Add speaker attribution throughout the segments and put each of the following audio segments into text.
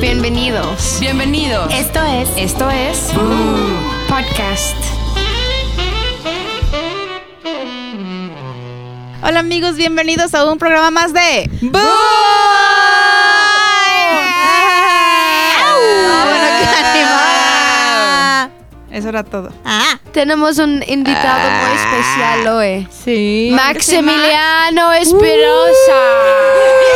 Speaker 1: Bienvenidos.
Speaker 2: Bienvenidos.
Speaker 1: Esto es. Esto es. Podcast.
Speaker 2: Hola amigos, bienvenidos a un programa más de Boo. Ah, bueno, qué animada. Eso era todo.
Speaker 1: Tenemos un invitado muy especial hoy.
Speaker 2: Ah. Sí.
Speaker 1: Maximiliano Esperosa.
Speaker 2: Uh.
Speaker 3: Eh,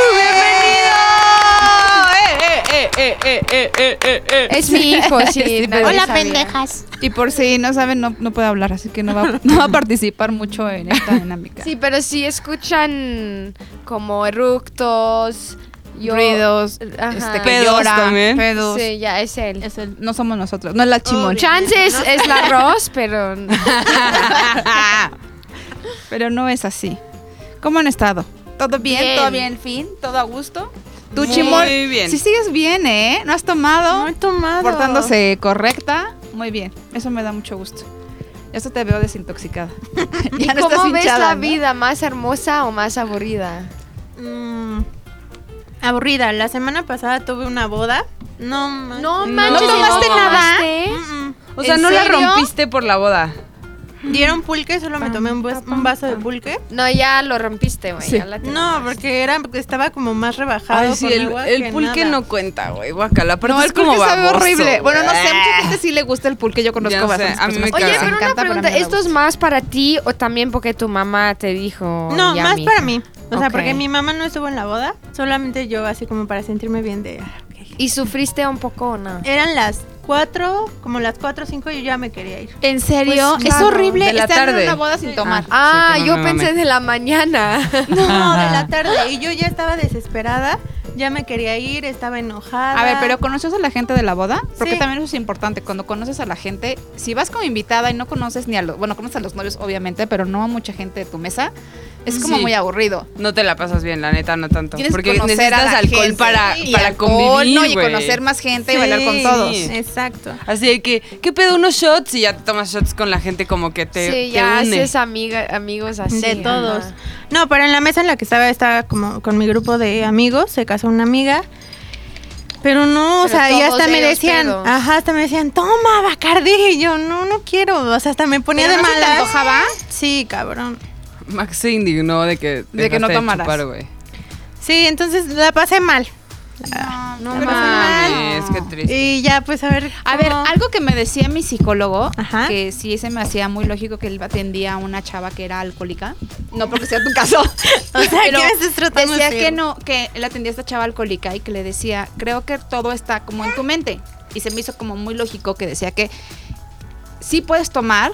Speaker 1: Es mi hijo, sí. nadie
Speaker 4: Hola,
Speaker 1: sabía.
Speaker 4: pendejas.
Speaker 2: Y por si no saben, no, no puede hablar, así que no va, no va a participar mucho en esta dinámica.
Speaker 1: Sí, pero si escuchan como eructos, yo-
Speaker 2: Ruidos,
Speaker 1: Ajá.
Speaker 2: este, que
Speaker 3: Pedos
Speaker 2: llora,
Speaker 3: también.
Speaker 2: pedos.
Speaker 1: Sí, ya es él.
Speaker 2: Es el- no somos nosotros, no es la Ah, chimón.
Speaker 1: Chances es la Ross, pero
Speaker 2: Pero no es así. ¿Cómo han estado? ¿Todo bien?
Speaker 1: Bien.
Speaker 2: ¿Todo bien? ¿Fin? ¿Todo a gusto? ¿Tú,
Speaker 3: Muy
Speaker 2: Chimol?
Speaker 3: bien.
Speaker 2: Si sigues bien, ¿eh? ¿No has tomado? Portándose correcta. Muy bien. Eso me da mucho gusto. Ya hasta te veo desintoxicada.
Speaker 1: ¿Y
Speaker 2: ya no
Speaker 1: cómo
Speaker 2: estás
Speaker 1: ves
Speaker 2: hinchada,
Speaker 1: la
Speaker 2: ¿no?
Speaker 1: vida más hermosa o más aburrida?
Speaker 4: Mm, aburrida. La semana pasada tuve una boda. No, ma-
Speaker 2: manches,
Speaker 1: ¿no
Speaker 2: tomaste nada?
Speaker 4: Mm, mm.
Speaker 3: ¿eh? O sea,
Speaker 1: ¿En
Speaker 3: no la
Speaker 1: serio?
Speaker 3: rompiste por la boda.
Speaker 4: Dieron pulque, solo me tomé un, vas- un vaso de pulque.
Speaker 1: No, ya lo rompiste, güey. ya la tengo.
Speaker 4: No, porque era estaba como más rebajado.
Speaker 3: Ay, sí,
Speaker 4: con
Speaker 3: el,
Speaker 4: agua
Speaker 3: el
Speaker 4: que
Speaker 3: pulque
Speaker 4: nada.
Speaker 3: no cuenta, güey. Guacala. Aparte
Speaker 2: No,
Speaker 3: es
Speaker 2: el pulque
Speaker 3: como
Speaker 2: sabe
Speaker 3: baboso,
Speaker 2: horrible.
Speaker 3: güey.
Speaker 2: Bueno, no sé, mucha gente sí le gusta el pulque. Yo conozco
Speaker 3: Ya sé,
Speaker 2: bastantes
Speaker 3: a mí me
Speaker 2: personas que
Speaker 1: Oye,
Speaker 2: les
Speaker 3: caga.
Speaker 1: pero una
Speaker 2: encanta, a mí
Speaker 1: pregunta,
Speaker 2: no me
Speaker 1: ¿esto es
Speaker 2: gusta.
Speaker 1: más para ti o también porque tu mamá te dijo?
Speaker 4: No,
Speaker 1: "Ya,
Speaker 4: más
Speaker 1: mija"?
Speaker 4: para mí. O sea,
Speaker 1: Ok.
Speaker 4: porque mi mamá no estuvo en la boda. Solamente yo, así como para sentirme bien de. ah, ok.
Speaker 1: ¿Y sufriste un poco o
Speaker 2: Eh,
Speaker 1: no?
Speaker 4: Eran las 4, como las 4 o 5, yo ya me quería ir.
Speaker 2: ¿En serio?
Speaker 1: Pues,
Speaker 2: es
Speaker 1: claro,
Speaker 2: horrible
Speaker 3: de la
Speaker 2: estar en
Speaker 3: tarde.
Speaker 2: una boda sin tomar.
Speaker 1: Ah,
Speaker 3: Sí, que no
Speaker 1: yo
Speaker 3: me
Speaker 1: pensé
Speaker 3: mames.
Speaker 1: de la mañana.
Speaker 4: No, de la tarde. Y yo ya estaba desesperada. Ya me quería ir, estaba enojada.
Speaker 2: A ver, pero ¿conoces a la gente de la boda? Porque
Speaker 4: Sí.
Speaker 2: también eso es importante. Cuando conoces a la gente, si vas como invitada y no conoces ni a los. Bueno, conoces a los novios, obviamente, pero no a mucha gente de tu mesa, es como
Speaker 3: Sí.
Speaker 2: muy aburrido.
Speaker 3: No te la pasas bien, la neta, no tanto.
Speaker 2: Tienes
Speaker 3: Porque
Speaker 2: que conocer a
Speaker 3: necesitas
Speaker 2: la
Speaker 3: alcohol
Speaker 2: gente.
Speaker 3: para,
Speaker 2: Sí,
Speaker 3: para
Speaker 2: alcohol,
Speaker 3: convivir,
Speaker 2: ¿no? Y
Speaker 3: güey.
Speaker 2: conocer más gente y bailar con
Speaker 4: Sí,
Speaker 2: todos.
Speaker 4: Exacto.
Speaker 3: Así de que, ¿qué pedo? Unos shots y ya te tomas shots con la gente como que te,
Speaker 1: sí,
Speaker 3: te
Speaker 1: ya
Speaker 3: une.
Speaker 1: haces amiga, amigos así.
Speaker 4: de todos.
Speaker 1: ajá.
Speaker 4: No, pero en la mesa en la que estaba estaba como con mi grupo de amigos, se casó una amiga. Pero no, o
Speaker 1: Pero
Speaker 4: sea, y
Speaker 1: todos
Speaker 4: hasta me
Speaker 1: ellos
Speaker 4: decían,
Speaker 1: pedos.
Speaker 4: ajá, hasta me decían, toma, Bacardi. Y yo, no, no quiero. O sea, hasta me ponía
Speaker 2: ¿Pero
Speaker 4: de
Speaker 2: no se te
Speaker 4: malas.
Speaker 2: antojaba?
Speaker 4: Sí, cabrón.
Speaker 3: Max se indignó de que,
Speaker 2: De que no
Speaker 3: dejaste
Speaker 2: tomaras.
Speaker 3: chupar, güey.
Speaker 4: Sí, entonces la pasé mal.
Speaker 1: No
Speaker 2: Pero
Speaker 1: mames.
Speaker 3: Mames, qué triste.
Speaker 4: Y ya, pues a ver.
Speaker 2: A ver,
Speaker 4: cómo-
Speaker 2: algo que me decía mi psicólogo,
Speaker 4: Ajá.
Speaker 2: que sí se me hacía muy lógico que él atendía a una chava que era alcohólica. No porque sea tu caso.
Speaker 4: O sea,
Speaker 2: pero
Speaker 4: ¿qué me estás tratando de
Speaker 2: Decía
Speaker 4: decir?
Speaker 2: que no, que él atendía a esta chava alcohólica y que le decía, creo que todo está como en tu mente. Y se me hizo como muy lógico que decía que sí puedes tomar,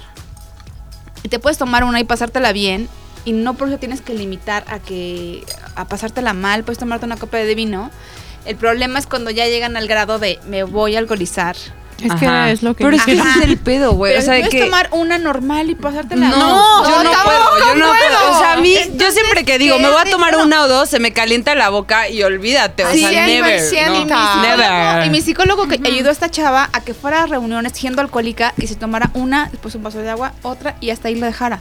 Speaker 2: y te puedes tomar una y pasártela bien, y no por eso tienes que limitar a que a pasártela mal, puedes tomarte una copa de vino. El problema es cuando ya llegan al grado de me voy a alcoholizar.
Speaker 4: Es que
Speaker 3: Ajá.
Speaker 4: es lo que.
Speaker 3: Pero es que ese
Speaker 2: Ajá.
Speaker 3: es el pedo, güey. Pues, O
Speaker 2: Pero
Speaker 3: sea, de
Speaker 2: puedes
Speaker 3: que...
Speaker 2: tomar una normal y pasártela
Speaker 3: No, yo no
Speaker 2: tampoco.
Speaker 3: puedo, yo no puedo. O sea, a mí, yo
Speaker 2: Entonces,
Speaker 3: siempre que digo,
Speaker 2: ¿qué
Speaker 3: me voy a
Speaker 2: es
Speaker 3: tomar
Speaker 2: esto?
Speaker 3: una o dos, se me calienta la boca y olvídate. O
Speaker 1: Así es,
Speaker 3: sea, never.
Speaker 1: Marcianita.
Speaker 3: no,
Speaker 1: Y mi
Speaker 2: Y mi
Speaker 3: never.
Speaker 2: psicólogo que ayudó a esta chava a que fuera a reuniones siendo alcohólica y se tomara una, después un vaso de agua, otra y hasta ahí lo dejara.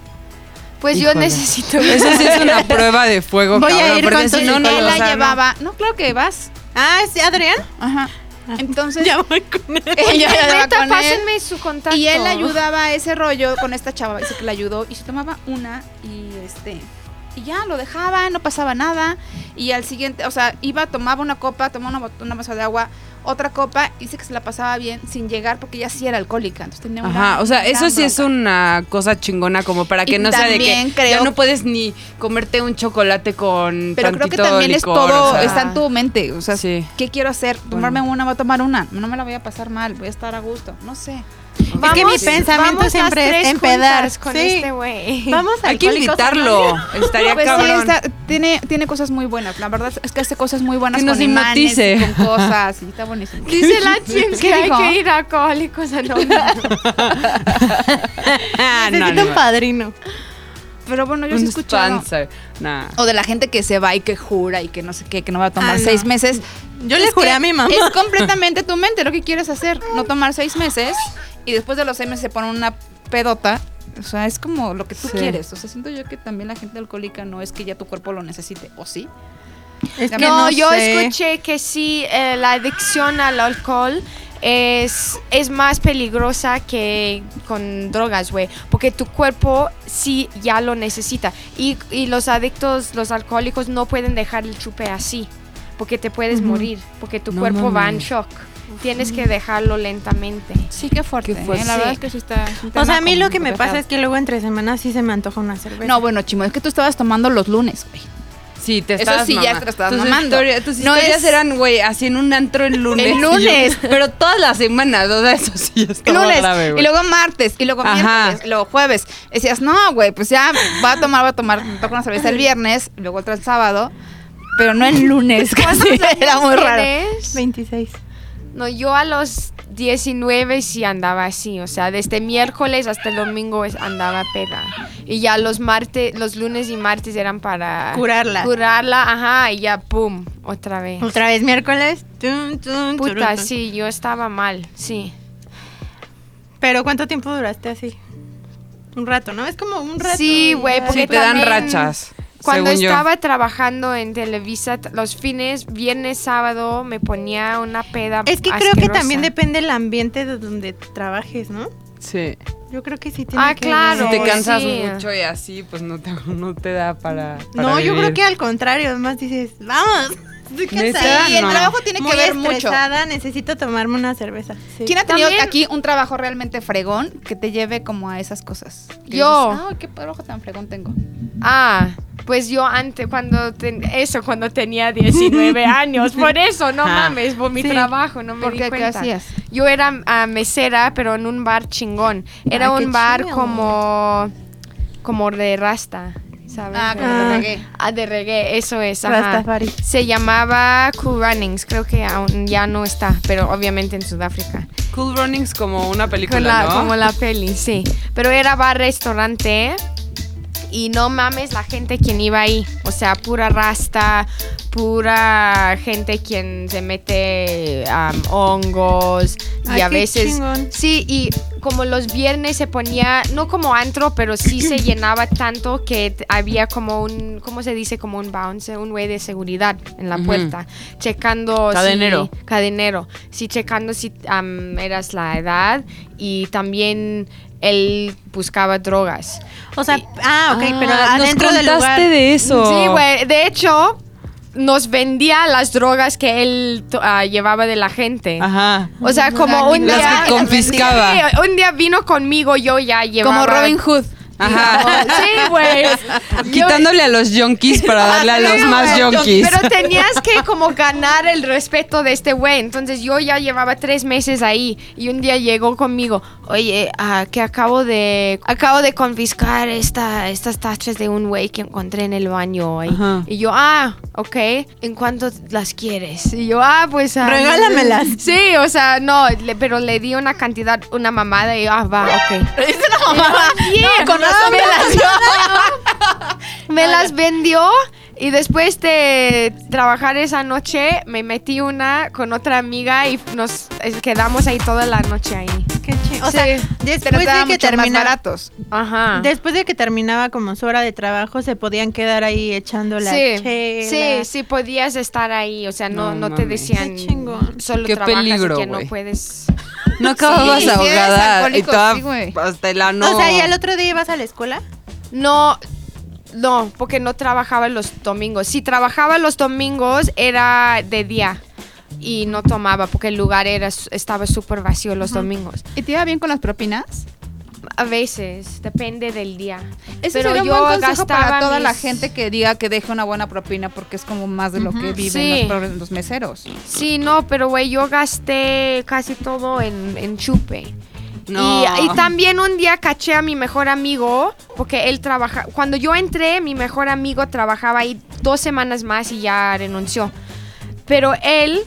Speaker 1: Pues yo
Speaker 3: Híjole.
Speaker 1: necesito.
Speaker 3: Eso sí es una prueba de fuego,
Speaker 4: Voy a
Speaker 3: Oh, cabrón.
Speaker 4: ir
Speaker 3: porque
Speaker 4: con
Speaker 3: si
Speaker 4: tu
Speaker 3: no, no,
Speaker 2: Él
Speaker 3: o
Speaker 2: la
Speaker 3: sea, no.
Speaker 2: llevaba. No. claro que vas.
Speaker 4: Ah, ¿sí, Adrián.
Speaker 2: Ajá. Entonces,
Speaker 4: Ah. Ya voy con él.
Speaker 2: ella
Speaker 1: Ay,
Speaker 2: andaba
Speaker 1: neta,
Speaker 2: con él.
Speaker 1: pásenme su contacto.
Speaker 2: Y él ayudaba a ese rollo con esta chava, dice que la ayudó y se tomaba una y este y ya lo dejaba, no pasaba nada y al siguiente, o sea, iba tomaba una copa, tomaba una, bot- una vaso de agua, otra copa, y dice que se la pasaba bien sin llegar porque ya sí era alcohólica, entonces tenía una
Speaker 3: Ajá, o sea,
Speaker 2: gran
Speaker 3: eso sí es
Speaker 2: bronca.
Speaker 3: una cosa chingona como para que
Speaker 2: Y
Speaker 3: no sea de que
Speaker 2: también creo-
Speaker 3: ya no puedes ni comerte un chocolate con
Speaker 2: Pero creo que
Speaker 3: tantito
Speaker 2: también
Speaker 3: licor,
Speaker 2: es todo,
Speaker 3: o sea.
Speaker 2: está en tu mente, o sea,
Speaker 3: Sí.
Speaker 2: ¿qué quiero hacer? Tomarme una, voy a tomar una, no me la voy a pasar mal, voy a estar a gusto, no sé.
Speaker 4: Es que mi pensamiento
Speaker 1: vamos las
Speaker 4: siempre es
Speaker 1: tres
Speaker 4: empedar.
Speaker 1: juntas con
Speaker 4: Sí.
Speaker 1: este güey.
Speaker 4: Vamos a
Speaker 3: Hay que invitarlo. Estaría
Speaker 2: Pues sí,
Speaker 3: cabrón.
Speaker 2: está- tiene, tiene cosas muy buenas. La verdad es que hace cosas muy buenas
Speaker 3: Que nos
Speaker 2: con imanes y
Speaker 3: hipnotice.
Speaker 2: con cosas. Y está buenísimo.
Speaker 1: Dice la Chims
Speaker 2: ¿Qué
Speaker 1: que hay
Speaker 2: dijo?
Speaker 1: que ir a alcohólicos anónimos.
Speaker 3: Ah, no,
Speaker 4: Necesito
Speaker 3: no,
Speaker 4: un
Speaker 3: no.
Speaker 4: padrino.
Speaker 2: Pero bueno, yo sí he
Speaker 3: Un
Speaker 2: escuchado.
Speaker 3: sponsor. Nah.
Speaker 2: O de la gente que se va y que jura y que no sé qué, que no va a tomar
Speaker 4: Ah, no.
Speaker 2: seis meses.
Speaker 4: Yo le
Speaker 2: Es
Speaker 4: juré
Speaker 2: que
Speaker 4: a mi mamá.
Speaker 2: Es completamente tu mente lo que quieres hacer. No tomar seis meses y después de los seis meses se pone una pedota. O sea, es como lo que tú
Speaker 3: Sí.
Speaker 2: quieres. O sea, siento yo que también la gente alcohólica no es que ya tu cuerpo lo necesite, ¿o sí?
Speaker 4: Es que
Speaker 1: no,
Speaker 4: no
Speaker 1: yo
Speaker 4: sé.
Speaker 1: escuché que sí, eh, la adicción al alcohol es, es más peligrosa que con drogas, güey. Porque tu cuerpo sí ya lo necesita. Y, y los adictos, los alcohólicos, no pueden dejar el chupe así. Porque te puedes
Speaker 4: Ujú.
Speaker 1: morir. Porque tu
Speaker 3: No
Speaker 1: cuerpo va en
Speaker 3: mames.
Speaker 1: shock. Tienes que dejarlo lentamente.
Speaker 2: Sí, qué fuerte.
Speaker 3: Qué fuerte.
Speaker 2: ¿eh? La verdad
Speaker 1: Sí.
Speaker 2: es que sí está. es un
Speaker 4: O sea,
Speaker 2: tema
Speaker 4: a mí lo
Speaker 2: como
Speaker 4: que me
Speaker 2: complicado.
Speaker 4: pasa es que luego entre semanas sí se me antoja una cerveza.
Speaker 2: No, bueno, chimo, es que tú estabas tomando los lunes, güey.
Speaker 3: Sí, te
Speaker 2: Eso
Speaker 3: estabas
Speaker 2: sí, ya
Speaker 3: mamando.
Speaker 2: te lo estabas
Speaker 3: tus
Speaker 2: mamando.
Speaker 3: historias- tus
Speaker 2: No
Speaker 3: historias
Speaker 2: es-
Speaker 3: eran, güey, así en un antro el lunes.
Speaker 2: El
Speaker 3: Y
Speaker 2: lunes.
Speaker 3: yo- pero todas las semanas, o sea, eso sí estaba
Speaker 2: lunes
Speaker 3: grave,
Speaker 2: y
Speaker 3: güey.
Speaker 2: luego martes y luego
Speaker 3: Ajá.
Speaker 2: miércoles, y luego jueves. Decías, no, güey, pues ya va a tomar, va a tomar, me toca una cerveza el viernes, luego otra el sábado, pero no el lunes, casi era muy raro.
Speaker 1: ¿Tienes?
Speaker 4: 26.
Speaker 1: No, yo a los 19 sí andaba así, o sea, desde miércoles hasta el domingo es- andaba peda. Y ya los martes, los lunes y martes eran para
Speaker 4: Curarla.
Speaker 1: curarla, ajá, y ya pum, otra vez.
Speaker 4: Otra vez miércoles. Tum, tum,
Speaker 1: Puta,
Speaker 4: turutun.
Speaker 1: sí, yo estaba mal, sí.
Speaker 4: Pero ¿cuánto tiempo duraste así? Un rato, ¿no? Es como un rato.
Speaker 1: Sí, güey,
Speaker 4: ya.
Speaker 1: porque
Speaker 3: Sí, te dan
Speaker 1: también
Speaker 3: rachas.
Speaker 1: Cuando
Speaker 3: según yo.
Speaker 1: estaba trabajando en Televisa t- los fines, viernes, sábado me ponía una peda.
Speaker 4: Es que creo que
Speaker 1: asquerosa.
Speaker 4: también depende el ambiente de donde trabajes, ¿no?
Speaker 3: Sí.
Speaker 4: Yo creo que sí tiene
Speaker 1: Ah,
Speaker 4: que
Speaker 1: claro.
Speaker 3: Si
Speaker 1: Sí.
Speaker 3: te cansas
Speaker 1: Sí.
Speaker 3: mucho y así, pues no te, no te da para. para
Speaker 4: No, yo creo
Speaker 3: vivir.
Speaker 4: que al contrario, más dices, vamos. Estoy
Speaker 3: Neta,
Speaker 4: cansada.
Speaker 2: Sí, el
Speaker 3: No.
Speaker 2: trabajo tiene que
Speaker 4: Muy
Speaker 2: ver mucho.
Speaker 4: estresada, necesito tomarme una cerveza. Sí.
Speaker 2: ¿Quién ha tenido
Speaker 1: También-
Speaker 2: aquí un trabajo realmente fregón que te lleve como a esas cosas? Que
Speaker 1: Yo.
Speaker 2: dices, "Ah, qué trabajo tan fregón tengo.
Speaker 1: Ah, pues yo antes, cuando ten- eso, cuando tenía 19 años, por eso, no
Speaker 3: Ah,
Speaker 1: mames, por mi
Speaker 4: sí.
Speaker 1: trabajo, no me
Speaker 2: ¿Por
Speaker 1: di
Speaker 2: qué? ¿Qué
Speaker 1: cuenta.
Speaker 2: hacías?
Speaker 1: Yo era ah, mesera, pero en un bar chingón. Era
Speaker 4: Ah, qué
Speaker 1: un bar
Speaker 4: chido.
Speaker 1: como, como de rasta, ¿sabes?
Speaker 2: Ah,
Speaker 1: De-
Speaker 2: como
Speaker 4: Ah.
Speaker 2: de reggae.
Speaker 1: ah, de reggae, eso es, ajá.
Speaker 4: Rastafari.
Speaker 1: Se llamaba Cool Runnings, creo que aún ya no está, pero obviamente en Sudáfrica.
Speaker 3: Cool Runnings como una película,
Speaker 1: Con la-
Speaker 3: ¿no?
Speaker 1: Como la peli, sí. Pero era bar restaurante y no mames la gente quien iba ahí. O sea, pura rasta, pura gente quien se mete am, hongos y
Speaker 4: Ay,
Speaker 1: a
Speaker 4: qué
Speaker 1: veces...
Speaker 4: chingón.
Speaker 1: Sí, y como los viernes se ponía, no como antro, pero sí se llenaba tanto que t- había como un, ¿cómo se dice? Como un bounce, un güey de seguridad en la
Speaker 3: Ujú.
Speaker 1: puerta, checando... si-
Speaker 3: Cadenero.
Speaker 1: cadenero. Sí, checando si am, eras la edad y también él buscaba drogas.
Speaker 4: O sea, ah, ok, pero
Speaker 3: Ah,
Speaker 4: adentro
Speaker 3: nos
Speaker 4: del
Speaker 3: contaste
Speaker 4: lugar.
Speaker 3: de eso.
Speaker 1: Sí, güey. De hecho, nos vendía las drogas que él to- ah, llevaba de la gente.
Speaker 3: Ajá.
Speaker 1: O sea, como
Speaker 4: Las
Speaker 1: un
Speaker 3: que
Speaker 1: día...
Speaker 3: confiscaba.
Speaker 1: Sí, un día vino conmigo, yo ya llevaba...
Speaker 2: Como Robin Hood.
Speaker 3: Ajá.
Speaker 1: Sí, güey. Yo-
Speaker 3: Quitándole a los yonkis para darle a los
Speaker 1: Ah, Sí,
Speaker 3: más
Speaker 1: güey.
Speaker 3: yonkis.
Speaker 1: Pero tenías que como ganar el respeto de este güey. Entonces yo ya llevaba tres meses ahí y un día llegó conmigo, oye, ah, que acabo de acabo de confiscar esta, estas tachas de un güey que encontré en el baño ahí.
Speaker 3: Ajá.
Speaker 1: Y yo, ah, ok, ¿en cuánto las quieres? Y yo, ah, pues... ah, no".
Speaker 4: Regálamelas.
Speaker 1: Sí, o sea, no, le- pero le di una cantidad, una mamada y yo, ah, va, ok. Bien,
Speaker 2: con
Speaker 1: no,
Speaker 2: razón
Speaker 1: me
Speaker 2: te
Speaker 1: las, me las vendió y después de trabajar esa noche me metí una con otra amiga y nos eh, quedamos ahí toda la noche ahí.
Speaker 4: Qué chi- O sea,
Speaker 1: Sí.
Speaker 2: Pero
Speaker 4: después
Speaker 2: estaban
Speaker 4: de que
Speaker 2: Este mucho más
Speaker 4: terminaba,
Speaker 2: baratos.
Speaker 1: Ajá.
Speaker 4: después de que terminaba como su hora de trabajo, se podían quedar ahí echando la
Speaker 1: Sí, sí,
Speaker 4: chela.
Speaker 1: sí podías estar ahí, o sea, no,
Speaker 3: No
Speaker 1: no, te
Speaker 3: mames.
Speaker 1: decían
Speaker 4: Qué chingón.
Speaker 1: solo
Speaker 3: Qué
Speaker 1: trabajas
Speaker 3: peligro,
Speaker 1: y que no
Speaker 3: güey.
Speaker 1: puedes.
Speaker 3: No acababas
Speaker 2: Sí, sí, eres
Speaker 3: ahogada y
Speaker 2: alcohólico,
Speaker 3: toda
Speaker 2: sí, güey.
Speaker 3: hasta el ano.
Speaker 4: O sea, ¿y al otro día ibas a la escuela?
Speaker 1: No, no, porque no trabajaba los domingos. Si trabajaba los domingos era de día y no tomaba porque el lugar era estaba súper vacío los domingos.
Speaker 2: ¿Y te iba bien con las propinas?
Speaker 1: A veces, depende del día.
Speaker 2: Ese
Speaker 1: Pero
Speaker 2: sería un
Speaker 1: yo
Speaker 2: buen consejo para
Speaker 1: gastaba
Speaker 2: toda la
Speaker 1: mis-
Speaker 2: gente que diga que deje una buena propina porque es como más de lo que viven
Speaker 1: Sí.
Speaker 2: los, pobres- los meseros.
Speaker 1: Sí, no, pero güey, yo gasté casi todo en, en chupe.
Speaker 3: No.
Speaker 1: Y, y también un día caché a mi mejor amigo, porque él trabaja. Cuando yo entré, mi mejor amigo trabajaba ahí dos semanas más y ya renunció. Pero él,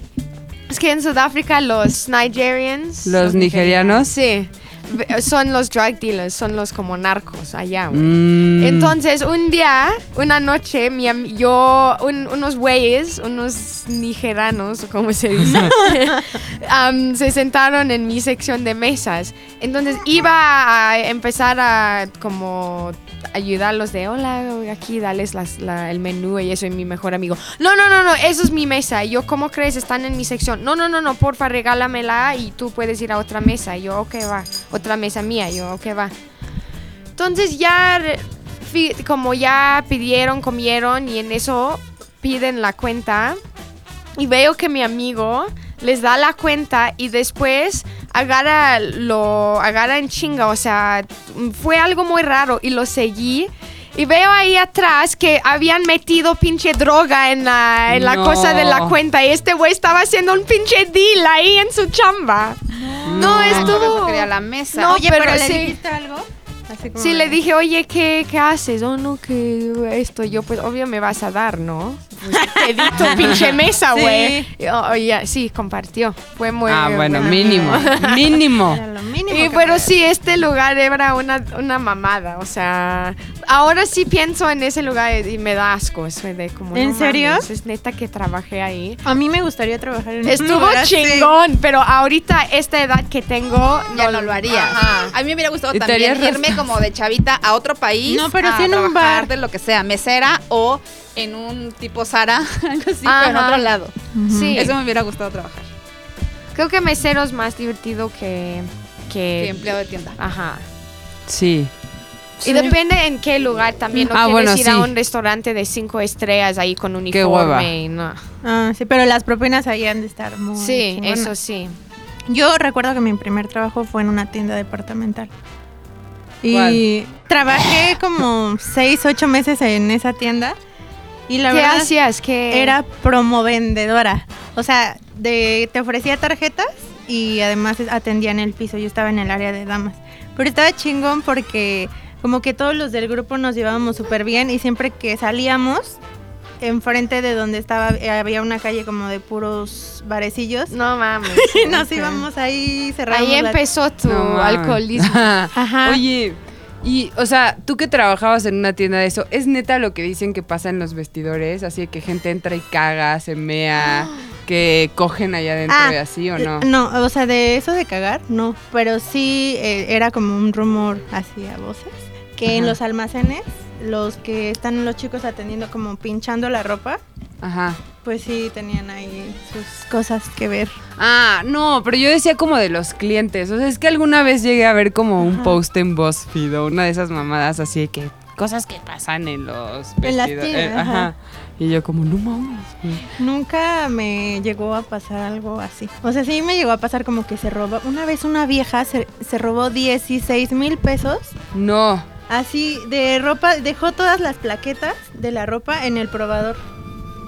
Speaker 1: es que en Sudáfrica los Nigerians.
Speaker 3: Los nigerianos.
Speaker 1: Sí. ve- son los drug dealers, son los como narcos allá, güey.
Speaker 3: Mm.
Speaker 1: Entonces, un día, una noche, mi am- yo, un- unos güeyes, unos nigeranos, o como se dice, am, se sentaron en mi sección de mesas. Entonces, iba a empezar a como ayudarlos de, hola, aquí, dales las- la- el menú y eso, y mi mejor amigo, no, no, no, no, eso es mi mesa. Y yo, ¿cómo crees? Están en mi sección. No, no, no, no, porfa, regálamela y tú puedes ir a otra mesa. Y yo, ok, va. Otra mesa mía, yo, ok, va. Entonces ya, re- fi- como ya pidieron, comieron y en eso piden la cuenta. Y veo que mi amigo les da la cuenta y después agarra, lo agarra en chinga. O sea, fue algo muy raro y lo seguí. Y veo ahí atrás que habían metido pinche droga en la, en la
Speaker 3: No.
Speaker 1: cosa de la cuenta. Y este güey estaba haciendo un pinche deal ahí en su chamba. No,
Speaker 2: Ay,
Speaker 1: estuvo...
Speaker 2: por eso quería la mesa.
Speaker 1: No,
Speaker 4: Oye,
Speaker 1: pero
Speaker 4: pero, ¿le
Speaker 1: sí.
Speaker 4: dijiste algo? Así como
Speaker 1: Sí,
Speaker 4: de-
Speaker 1: le dije, oye, ¿qué, qué haces? Oh, no, que esto. Yo, pues, obvio me vas a dar, ¿no? Pues, te di tu pinche mesa,
Speaker 4: Sí.
Speaker 1: güey. Y, oh, oh, ya, sí, compartió. Fue muy...
Speaker 3: ah, bueno,
Speaker 1: muy-
Speaker 3: mínimo.
Speaker 4: Era
Speaker 3: mínimo.
Speaker 4: lo mínimo
Speaker 1: Y
Speaker 4: que
Speaker 1: pero
Speaker 4: podía
Speaker 1: sí, este lugar era una, una mamada, o sea, ahora sí pienso en ese lugar y me da asco, soy de como...
Speaker 4: ¿En
Speaker 1: no
Speaker 4: serio?
Speaker 1: mames, es neta que trabajé ahí.
Speaker 4: hacer. A mí me gustaría trabajar en un
Speaker 1: Estuvo
Speaker 4: lugar así.
Speaker 1: chingón, pero ahorita esta edad que tengo...
Speaker 2: ya no lo haría.
Speaker 1: Ajá.
Speaker 2: A mí me hubiera gustado
Speaker 3: Y te
Speaker 2: también
Speaker 3: harías
Speaker 2: irme como de chavita a otro país.
Speaker 4: No, pero
Speaker 2: a
Speaker 4: sí en un
Speaker 2: trabajar
Speaker 4: bar.
Speaker 2: de lo que sea, mesera o en un tipo Sara, algo así, pero en
Speaker 1: Ajá.
Speaker 2: otro lado.
Speaker 1: Sí.
Speaker 2: Eso me hubiera gustado trabajar.
Speaker 1: Creo que mesero es más divertido que...
Speaker 2: Que
Speaker 1: que
Speaker 2: empleado de tienda.
Speaker 1: ajá.
Speaker 3: Sí.
Speaker 1: Y depende en qué lugar también. No
Speaker 3: Ah,
Speaker 1: quieres
Speaker 3: bueno,
Speaker 1: ir
Speaker 3: sí.
Speaker 1: a un restaurante de cinco estrellas ahí con uniforme.
Speaker 3: Qué hueva.
Speaker 1: y no.
Speaker 4: Ah, sí, pero las propinas ahí han de estar muy
Speaker 1: Sí,
Speaker 4: chingonas.
Speaker 1: eso sí.
Speaker 4: Yo recuerdo que mi primer trabajo fue en una tienda departamental. Y trabajé como seis, ocho meses en esa tienda. Y la
Speaker 1: ¿Qué
Speaker 4: verdad
Speaker 1: hacías? ¿Qué
Speaker 4: era promovendedora. O sea, de, te ofrecía tarjetas y además atendía en el piso. Yo estaba en el área de damas. Pero estaba chingón porque como que todos los del grupo nos llevábamos súper bien y siempre que salíamos, enfrente de donde estaba eh, había una calle como de puros barecillos.
Speaker 1: No mames.
Speaker 4: Y nos
Speaker 1: Ok.
Speaker 4: íbamos ahí, cerramos.
Speaker 1: Ahí
Speaker 4: la-
Speaker 1: empezó tu
Speaker 3: No mames.
Speaker 1: alcoholismo.
Speaker 4: Ajá.
Speaker 3: Oye, y, o sea, tú que trabajabas en una tienda de eso, ¿es neta lo que dicen que pasa en los vestidores? Así que gente entra y caga, se mea, que cogen allá adentro
Speaker 4: Ah,
Speaker 3: y así, ¿o no?
Speaker 4: No, o sea, de eso de cagar, no. Pero sí eh, era como un rumor así a voces. Que en
Speaker 3: Ajá.
Speaker 4: los almacenes, los que están los chicos atendiendo como pinchando la ropa,
Speaker 3: Ajá.
Speaker 4: pues sí tenían ahí sus cosas que ver.
Speaker 3: Ah, no, pero yo decía como de los clientes. O sea, es que alguna vez llegué a ver como un
Speaker 4: Ajá.
Speaker 3: post en BuzzFeed o una de esas mamadas así de que cosas que pasan en los
Speaker 4: En las
Speaker 3: vestidos.
Speaker 4: tiendas,
Speaker 3: eh, ajá.
Speaker 4: ajá.
Speaker 3: Y yo como, no mames. güey".
Speaker 4: Nunca me llegó a pasar algo así. O sea, sí me llegó a pasar como que se robó. Una vez una vieja se, se robó 16 mil pesos.
Speaker 3: No.
Speaker 4: Así de ropa, dejó todas las plaquetas de la ropa en el probador.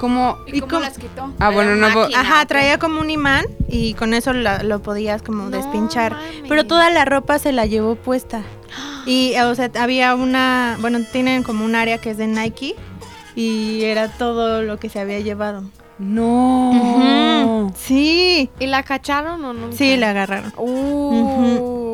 Speaker 3: Como
Speaker 4: ¿Y cómo las
Speaker 2: quitó?
Speaker 3: Ah, bueno, no puedo-
Speaker 4: Ajá, traía como un imán y con eso la- lo podías como
Speaker 1: No
Speaker 4: despinchar.
Speaker 1: mames.
Speaker 4: Pero toda la ropa se la llevó puesta. Y, o sea, había una, bueno, tienen como un área que es de Nike y era todo lo que se había llevado.
Speaker 3: No.
Speaker 4: Ujú. Sí,
Speaker 1: ¿Y la cacharon o no?
Speaker 4: sí, la agarraron.
Speaker 1: Uh.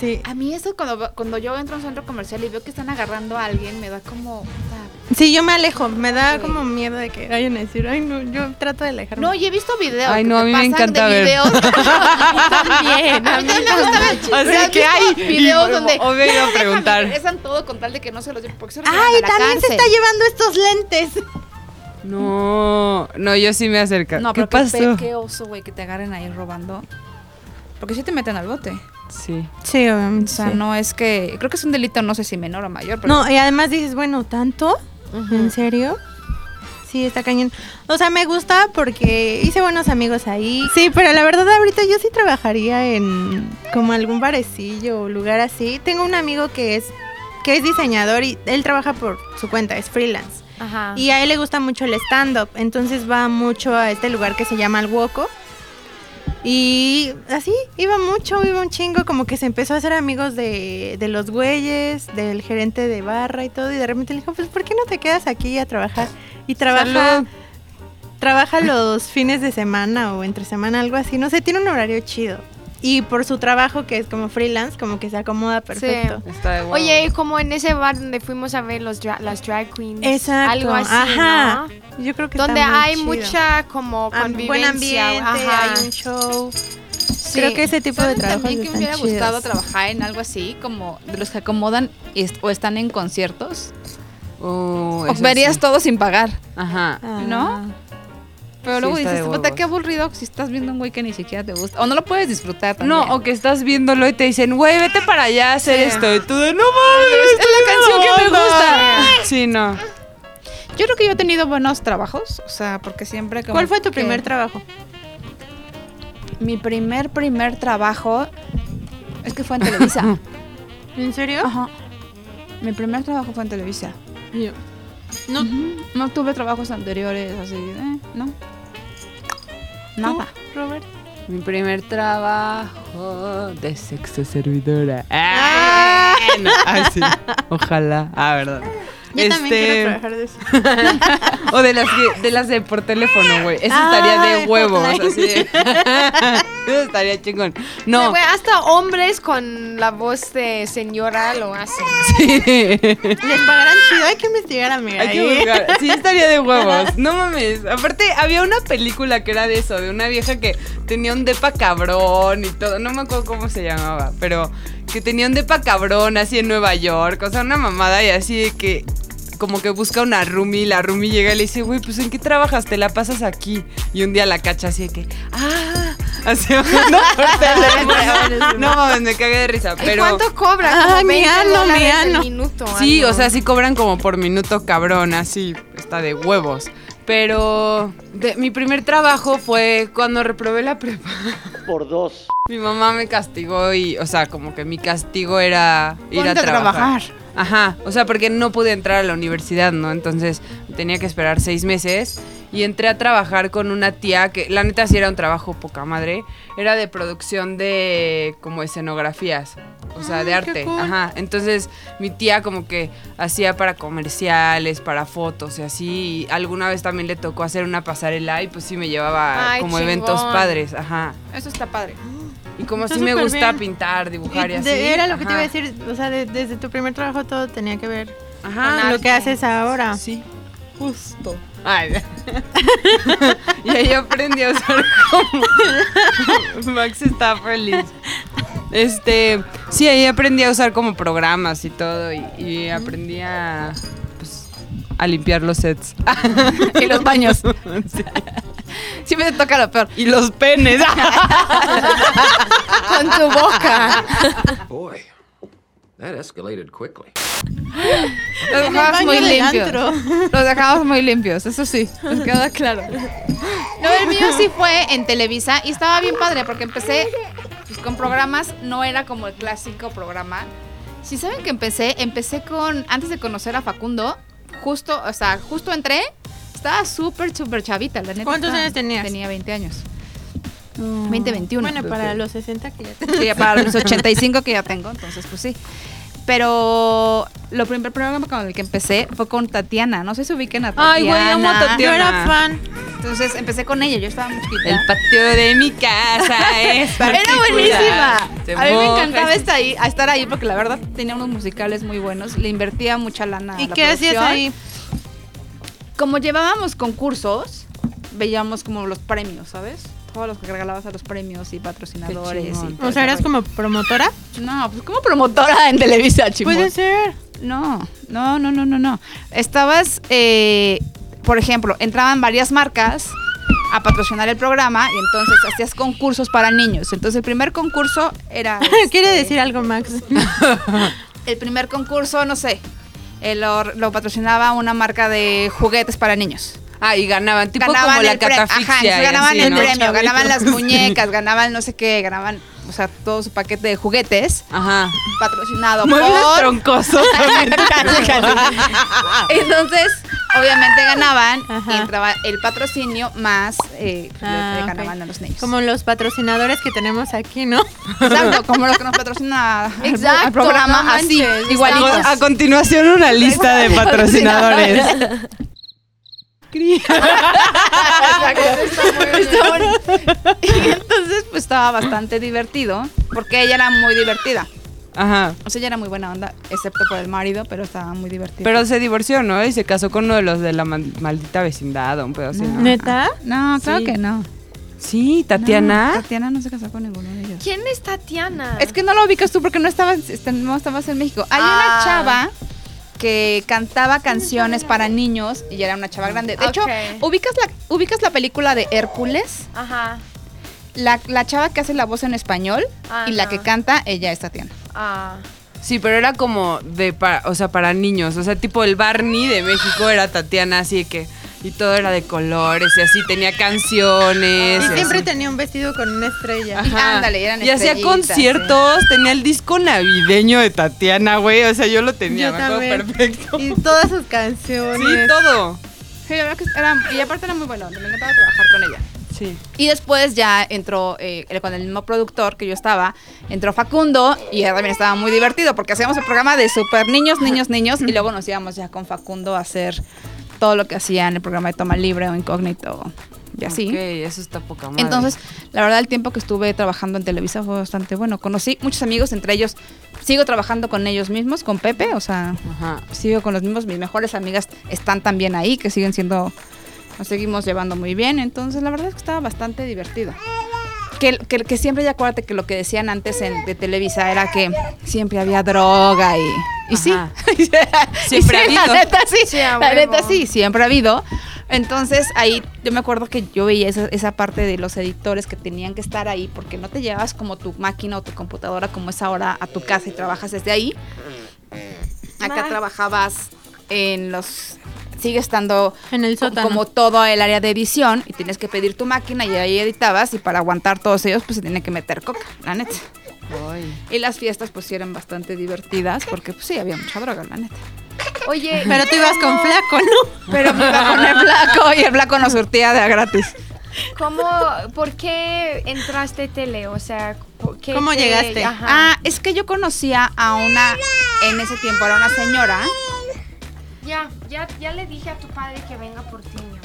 Speaker 4: Sí,
Speaker 2: A mí eso cuando, cuando yo entro a un centro comercial y veo que están agarrando a alguien, me da como... puta.
Speaker 4: sí, yo me alejo, me da como miedo de que vayan a decir, ay, no, yo trato de alejarme.
Speaker 2: No, y he visto videos.
Speaker 3: Ay,
Speaker 2: que
Speaker 3: no,
Speaker 2: te
Speaker 3: a mí me
Speaker 2: pasan
Speaker 3: encanta
Speaker 2: de
Speaker 3: ver.
Speaker 2: videos.
Speaker 1: Ah, Bien,
Speaker 2: a mí también me gusta ver pero
Speaker 3: Así
Speaker 2: ¿has
Speaker 3: que
Speaker 2: visto
Speaker 3: hay
Speaker 2: videos donde...
Speaker 3: Obvio iba a
Speaker 2: "Déjame",
Speaker 3: preguntar.
Speaker 2: Regresan todo con tal de que no se los lleven. Porque se los llevan
Speaker 4: ay,
Speaker 2: a la
Speaker 4: también se
Speaker 2: cárcel.
Speaker 4: está llevando estos lentes.
Speaker 3: No, no, yo sí me acerca.
Speaker 2: No,
Speaker 3: ¿Qué
Speaker 2: pero qué, pe-
Speaker 3: pasó?
Speaker 2: qué oso, güey, que te agarren ahí robando. Porque si te meten al bote.
Speaker 3: Sí.
Speaker 4: Sí,
Speaker 2: O sea, no es que. Creo que es un delito, no sé si menor o mayor, pero.
Speaker 4: No, y además dices, bueno, ¿tanto? ¿En serio? Sí, está cañón. O sea, me gusta porque hice buenos amigos ahí. Sí, pero la verdad ahorita yo sí trabajaría en como algún barecillo o lugar así. Tengo un amigo que es que es diseñador y él trabaja por su cuenta, es freelance.
Speaker 1: Ajá.
Speaker 4: Y a él le gusta mucho el stand up, entonces va mucho a este lugar que se llama El Huoco. Y así, iba mucho, iba un chingo, como que se empezó a hacer amigos de, de los güeyes, del gerente de barra y todo, y de repente le dijo, pues ¿por qué no te quedas aquí a trabajar? Y trabaja,
Speaker 3: Salud.
Speaker 4: trabaja los fines de semana o entre semana, algo así, no sé, tiene un horario chido. Y por su trabajo, que es como freelance, como que se acomoda perfecto.
Speaker 3: Está de huevo.
Speaker 1: Oye, como en ese bar donde fuimos a ver los dra- las drag queens.
Speaker 4: Exacto.
Speaker 1: Algo así,
Speaker 4: Ajá.
Speaker 1: ¿no?
Speaker 4: Yo creo que
Speaker 1: Donde
Speaker 4: está muy
Speaker 1: hay
Speaker 4: chido.
Speaker 1: mucha como
Speaker 4: Ah,
Speaker 1: convivencia.
Speaker 4: buen ambiente,
Speaker 1: ajá.
Speaker 4: hay un show.
Speaker 1: Sí.
Speaker 4: Creo que ese tipo de
Speaker 2: ¿Saben
Speaker 4: trabajo
Speaker 2: también que me hubiera gustado trabajar en algo así, como de los que acomodan est- o están en conciertos?
Speaker 3: Oh,
Speaker 2: O
Speaker 3: eso
Speaker 2: verías
Speaker 3: sí.
Speaker 2: todo sin pagar.
Speaker 3: Ajá.
Speaker 4: Ah,
Speaker 2: ¿no? Pero
Speaker 3: Sí,
Speaker 2: luego
Speaker 3: está
Speaker 2: dices,
Speaker 3: de
Speaker 2: puta,
Speaker 3: huevos.
Speaker 2: qué aburrido si estás viendo un güey que ni siquiera te gusta. O no lo puedes disfrutar también.
Speaker 3: No, o que estás viéndolo y te dicen, güey, vete para allá a hacer
Speaker 1: Sí.
Speaker 3: esto. Y tú de, no mames,
Speaker 2: Esta Ah, es la canción que me gusta.
Speaker 3: Sí, no.
Speaker 2: Yo creo que yo he tenido buenos trabajos, o sea, porque siempre como
Speaker 4: ¿Cuál fue tu
Speaker 2: que-
Speaker 4: primer trabajo?
Speaker 2: Mi primer, primer trabajo es que fue en Televisa.
Speaker 4: ¿En serio?
Speaker 2: Ajá. Mi primer trabajo fue en Televisa.
Speaker 4: No.
Speaker 2: Ujú. No tuve trabajos anteriores, así, eh, no. Nada.
Speaker 4: Robert.
Speaker 3: Mi primer trabajo de sexo servidora. Ah,
Speaker 4: Ah.
Speaker 3: no. Ay, sí. Ojalá. Ah, verdad.
Speaker 4: Yo también
Speaker 3: Este,
Speaker 4: quiero trabajar de eso.
Speaker 3: O de las, que- de las de por teléfono, güey. Eso
Speaker 4: Ah,
Speaker 3: estaría de
Speaker 4: el
Speaker 3: huevos.
Speaker 4: hotline.
Speaker 3: Así de- Eso estaría chingón.
Speaker 1: Pero,
Speaker 3: No.
Speaker 1: güey, hasta hombres con la voz de señora lo hacen.
Speaker 3: Sí.
Speaker 4: Les pagarán chido, hay que investigar ¿eh? a mí.
Speaker 3: Hay que buscar. Sí, estaría de huevos. No mames. Aparte, había una película que era de eso, de una vieja que tenía un depa cabrón y todo. No me acuerdo cómo se llamaba, pero que tenía un depa cabrón así en Nueva York. O sea, una mamada y así de que. Como que busca una roomie y la roomie llega y le dice, güey, pues ¿en qué trabajas? Te la pasas aquí. Y un día la cacha así de que, ah, así hablando por teléfono. No mames, me cagué de risa.
Speaker 1: ¿Y
Speaker 3: Pero...
Speaker 1: cuánto cobra?
Speaker 4: Ah,
Speaker 1: Como 20
Speaker 4: mi ano,
Speaker 1: dólares
Speaker 4: mi
Speaker 1: el
Speaker 4: ano.
Speaker 1: minuto.
Speaker 3: Sí,
Speaker 1: algo.
Speaker 3: o sea, sí cobran como por minuto cabrón, así está de huevos. Pero de- mi primer trabajo fue cuando reprobé la prepa.
Speaker 5: por dos.
Speaker 3: Mi mamá me castigó y, o sea, como que mi castigo era ir
Speaker 2: Ponte
Speaker 3: a trabajar. Ajá, o sea, porque no pude entrar a la universidad, ¿no? Entonces tenía que esperar seis meses y entré a trabajar con una tía que, la neta, sí era un trabajo poca madre. Era de producción de como escenografías, o sea, de
Speaker 4: Ay, qué
Speaker 3: arte.
Speaker 4: cool.
Speaker 3: Ajá, entonces mi tía como que hacía para comerciales, para fotos y así. Y alguna vez también le tocó hacer una pasarela y pues sí me llevaba
Speaker 1: Ay,
Speaker 3: como eventos
Speaker 1: chingón.
Speaker 3: padres, ajá.
Speaker 2: Eso está padre.
Speaker 3: Y como
Speaker 4: Está
Speaker 3: sí me
Speaker 4: súper
Speaker 3: gusta
Speaker 4: bien.
Speaker 3: pintar, dibujar y,
Speaker 4: Y
Speaker 3: así.
Speaker 4: de- era lo que te iba a
Speaker 3: ajá,
Speaker 4: decir, o sea, de- desde tu primer trabajo todo tenía que ver
Speaker 3: Ajá,
Speaker 4: con Ah, lo que haces
Speaker 2: Ah.
Speaker 4: ahora.
Speaker 3: Sí.
Speaker 4: Justo.
Speaker 3: Ay. y ahí aprendí a usar como. Max está feliz. Este. Sí, ahí aprendí a usar como programas y todo. Y, y aprendí a. Pues, a limpiar los sets.
Speaker 2: Y los baños.
Speaker 3: Sí.
Speaker 2: Siempre te toca lo peor.
Speaker 3: Y los penes.
Speaker 1: Con tu boca.
Speaker 6: Boy, that escalated quickly.
Speaker 2: Los dejabas
Speaker 4: baño
Speaker 2: muy
Speaker 4: del
Speaker 2: limpios.
Speaker 4: antro.
Speaker 2: Los dejabas muy limpios, eso sí, nos queda claro. No, el mío sí fue en Televisa y estaba bien padre porque empecé pues, con programas, no era como el clásico programa. Si saben que empecé, empecé con, antes de conocer a Facundo, justo, o sea, justo entré, estaba súper, súper chavita, la neta.
Speaker 4: ¿Cuántos
Speaker 2: estaba-
Speaker 4: años tenías?
Speaker 2: Tenía 20 años. 20, 21.
Speaker 4: Mm. Bueno, para los 60 que ya
Speaker 2: Sí, para los 85 que ya tengo, entonces pues sí. Pero lo primer programa con el que empecé fue con Tatiana. No sé si ubiquen a Tatiana.
Speaker 3: Ay, güey, amo a Tatiana.
Speaker 4: Yo era fan.
Speaker 2: Entonces empecé con ella, yo estaba muy chiquita.
Speaker 3: El patio de mi casa es.
Speaker 2: Era buenísima.
Speaker 3: particular. Te
Speaker 2: A mí me
Speaker 3: mojas
Speaker 2: encantaba
Speaker 3: y-
Speaker 2: estar ahí, a estar ahí porque la verdad tenía unos musicales muy buenos. Le invertía mucha lana. a
Speaker 4: ¿Y
Speaker 2: la
Speaker 4: qué hacías
Speaker 2: producción.
Speaker 4: ahí?
Speaker 2: Como llevábamos concursos, veíamos como los premios, ¿sabes? Todos los que regalabas a los premios y patrocinadores.
Speaker 3: chingón.
Speaker 2: y todo
Speaker 4: O sea,
Speaker 2: ese rollo.
Speaker 4: eras como Pues promotora.
Speaker 2: No, pues como promotora en Televisa, chimón.
Speaker 4: Puede ser.
Speaker 2: No, no, no, no, no, no. Estabas, eh, por ejemplo, entraban varias marcas a patrocinar el programa y entonces hacías concursos para niños. Entonces el primer concurso era...
Speaker 4: Quiere
Speaker 2: este,
Speaker 4: decir algo, Max.
Speaker 2: El primer concurso, no sé, eh, lo, lo patrocinaba una marca de juguetes para niños.
Speaker 3: Ah, y ganaban, tipo
Speaker 2: ganaban
Speaker 3: como la
Speaker 2: el pre-
Speaker 3: catafixia.
Speaker 2: Ajá,
Speaker 3: y
Speaker 2: entonces ganaban
Speaker 3: así,
Speaker 2: el
Speaker 3: ¿no?
Speaker 2: premio, ganaban las
Speaker 3: Chavitos.
Speaker 2: muñecas, ganaban no sé qué, ganaban, o sea, todo su paquete de juguetes
Speaker 3: Ajá.
Speaker 2: patrocinado
Speaker 3: Muebles
Speaker 2: por...
Speaker 3: troncosos.
Speaker 2: Entonces, obviamente ganaban
Speaker 4: Ajá.
Speaker 2: y entraba el patrocinio más eh, lo que
Speaker 4: Ah,
Speaker 2: le
Speaker 4: ok.
Speaker 2: ganaban a los niños.
Speaker 4: Como los patrocinadores que tenemos aquí, ¿no?
Speaker 2: Exacto, como los que nos patrocina al-
Speaker 1: Exacto,
Speaker 2: al programa,
Speaker 1: no
Speaker 2: así,
Speaker 1: manches,
Speaker 2: igualitos.
Speaker 1: estamos-
Speaker 3: A continuación, una lista de patrocinadores.
Speaker 2: cría. Está bueno. Y entonces pues estaba bastante divertido, porque ella era muy divertida.
Speaker 3: Ajá.
Speaker 2: O sea, ella era muy buena onda, excepto por el marido, pero estaba muy divertida.
Speaker 3: Pero se divorció, ¿no? Y se casó con uno de los de la mal- maldita vecindad o un pedo así, ¿no?
Speaker 4: ¿Neta?
Speaker 2: no, claro
Speaker 3: Sí.
Speaker 2: que no.
Speaker 3: Sí,
Speaker 2: No,
Speaker 3: Tatiana.
Speaker 2: Tatiana no se casó con ninguno de ellos.
Speaker 1: ¿Quién es Tatiana?
Speaker 2: Es que no lo ubicas tú porque no estabas, este, no estabas en México. Hay
Speaker 1: Ah.
Speaker 2: una chava que cantaba canciones para niños y era una chava grande. De hecho,
Speaker 1: Ok.
Speaker 2: ubicas la, ubicas la película de Hércules,
Speaker 1: Ajá.
Speaker 2: la, la chava que hace la voz en español
Speaker 1: Ah,
Speaker 2: y la
Speaker 1: no.
Speaker 2: que canta, ella es Tatiana.
Speaker 1: Ah.
Speaker 3: Sí, pero era como de para, o sea, para niños. O sea, tipo el Barney de México era Tatiana, así de que. Y todo era de colores y así tenía canciones.
Speaker 4: Y siempre
Speaker 3: así.
Speaker 4: tenía un vestido con una estrella. Ah,
Speaker 3: Ajá.
Speaker 2: Ándale, eran
Speaker 3: Y hacía
Speaker 2: estrellitas,
Speaker 3: conciertos, tenía el disco navideño de Tatiana, güey. O sea, yo lo tenía,
Speaker 4: Yo
Speaker 3: me acuerdo
Speaker 4: también.
Speaker 3: perfecto.
Speaker 4: Y todas sus canciones.
Speaker 3: Sí, todo.
Speaker 2: Sí, la verdad que era- y aparte era muy buena, onda, me encantaba trabajar con ella.
Speaker 3: Sí.
Speaker 2: Y después ya entró, eh, el- con el mismo productor que yo estaba, entró Facundo y él también estaba muy divertido porque hacíamos el programa de super niños, niños, niños y luego nos íbamos ya con Facundo a hacer todo lo que hacía en el programa de Toma Libre o Incógnito y así.
Speaker 3: Ok, eso está poca madre.
Speaker 2: Entonces, la verdad, el tiempo que estuve trabajando en Televisa fue bastante bueno. Conocí muchos amigos, entre ellos sigo trabajando con ellos mismos, con Pepe, o sea,
Speaker 3: Ajá.
Speaker 2: sigo con los mismos, mis mejores amigas están también ahí, que siguen siendo, nos seguimos llevando muy bien, entonces la verdad es que estaba bastante divertido. Que, que, que siempre, ya acuérdate que lo que decían antes en- de Televisa era que siempre había droga y, y sí,
Speaker 3: Ajá.
Speaker 2: Y sí,
Speaker 3: Siempre ha habido.
Speaker 2: La neta sí,
Speaker 1: Sí, a
Speaker 2: la
Speaker 1: huevo.
Speaker 2: neta sí, siempre ha habido. Entonces ahí yo me acuerdo que yo veía esa, esa parte de los editores que tenían que estar ahí porque no te llevas como tu máquina o tu computadora como es ahora a tu casa y trabajas desde ahí. Acá
Speaker 4: Ah.
Speaker 1: Más.
Speaker 2: trabajabas en los... Sigue estando
Speaker 4: En el
Speaker 2: co-
Speaker 4: sótano.
Speaker 2: como todo el área de edición y tienes que pedir tu máquina y ahí editabas y para aguantar todos ellos pues se tiene que meter coca, la neta. Y las fiestas pues sí eran bastante divertidas porque pues sí, había mucha droga, la neta.
Speaker 1: Oye.
Speaker 4: Pero tú ibas con
Speaker 1: ¿cómo-
Speaker 4: flaco, ¿no?
Speaker 2: Pero me iba con el blanco y el blanco nos surtía de a gratis.
Speaker 1: ¿Cómo, por qué entraste tele? O sea, ¿por qué
Speaker 4: ¿Cómo
Speaker 1: te-
Speaker 4: llegaste?
Speaker 1: Ajá.
Speaker 2: Ah, es que yo conocía a una, en ese tiempo era una señora.
Speaker 1: Ya, ya, ya le dije a tu padre que venga por ti. mi amor.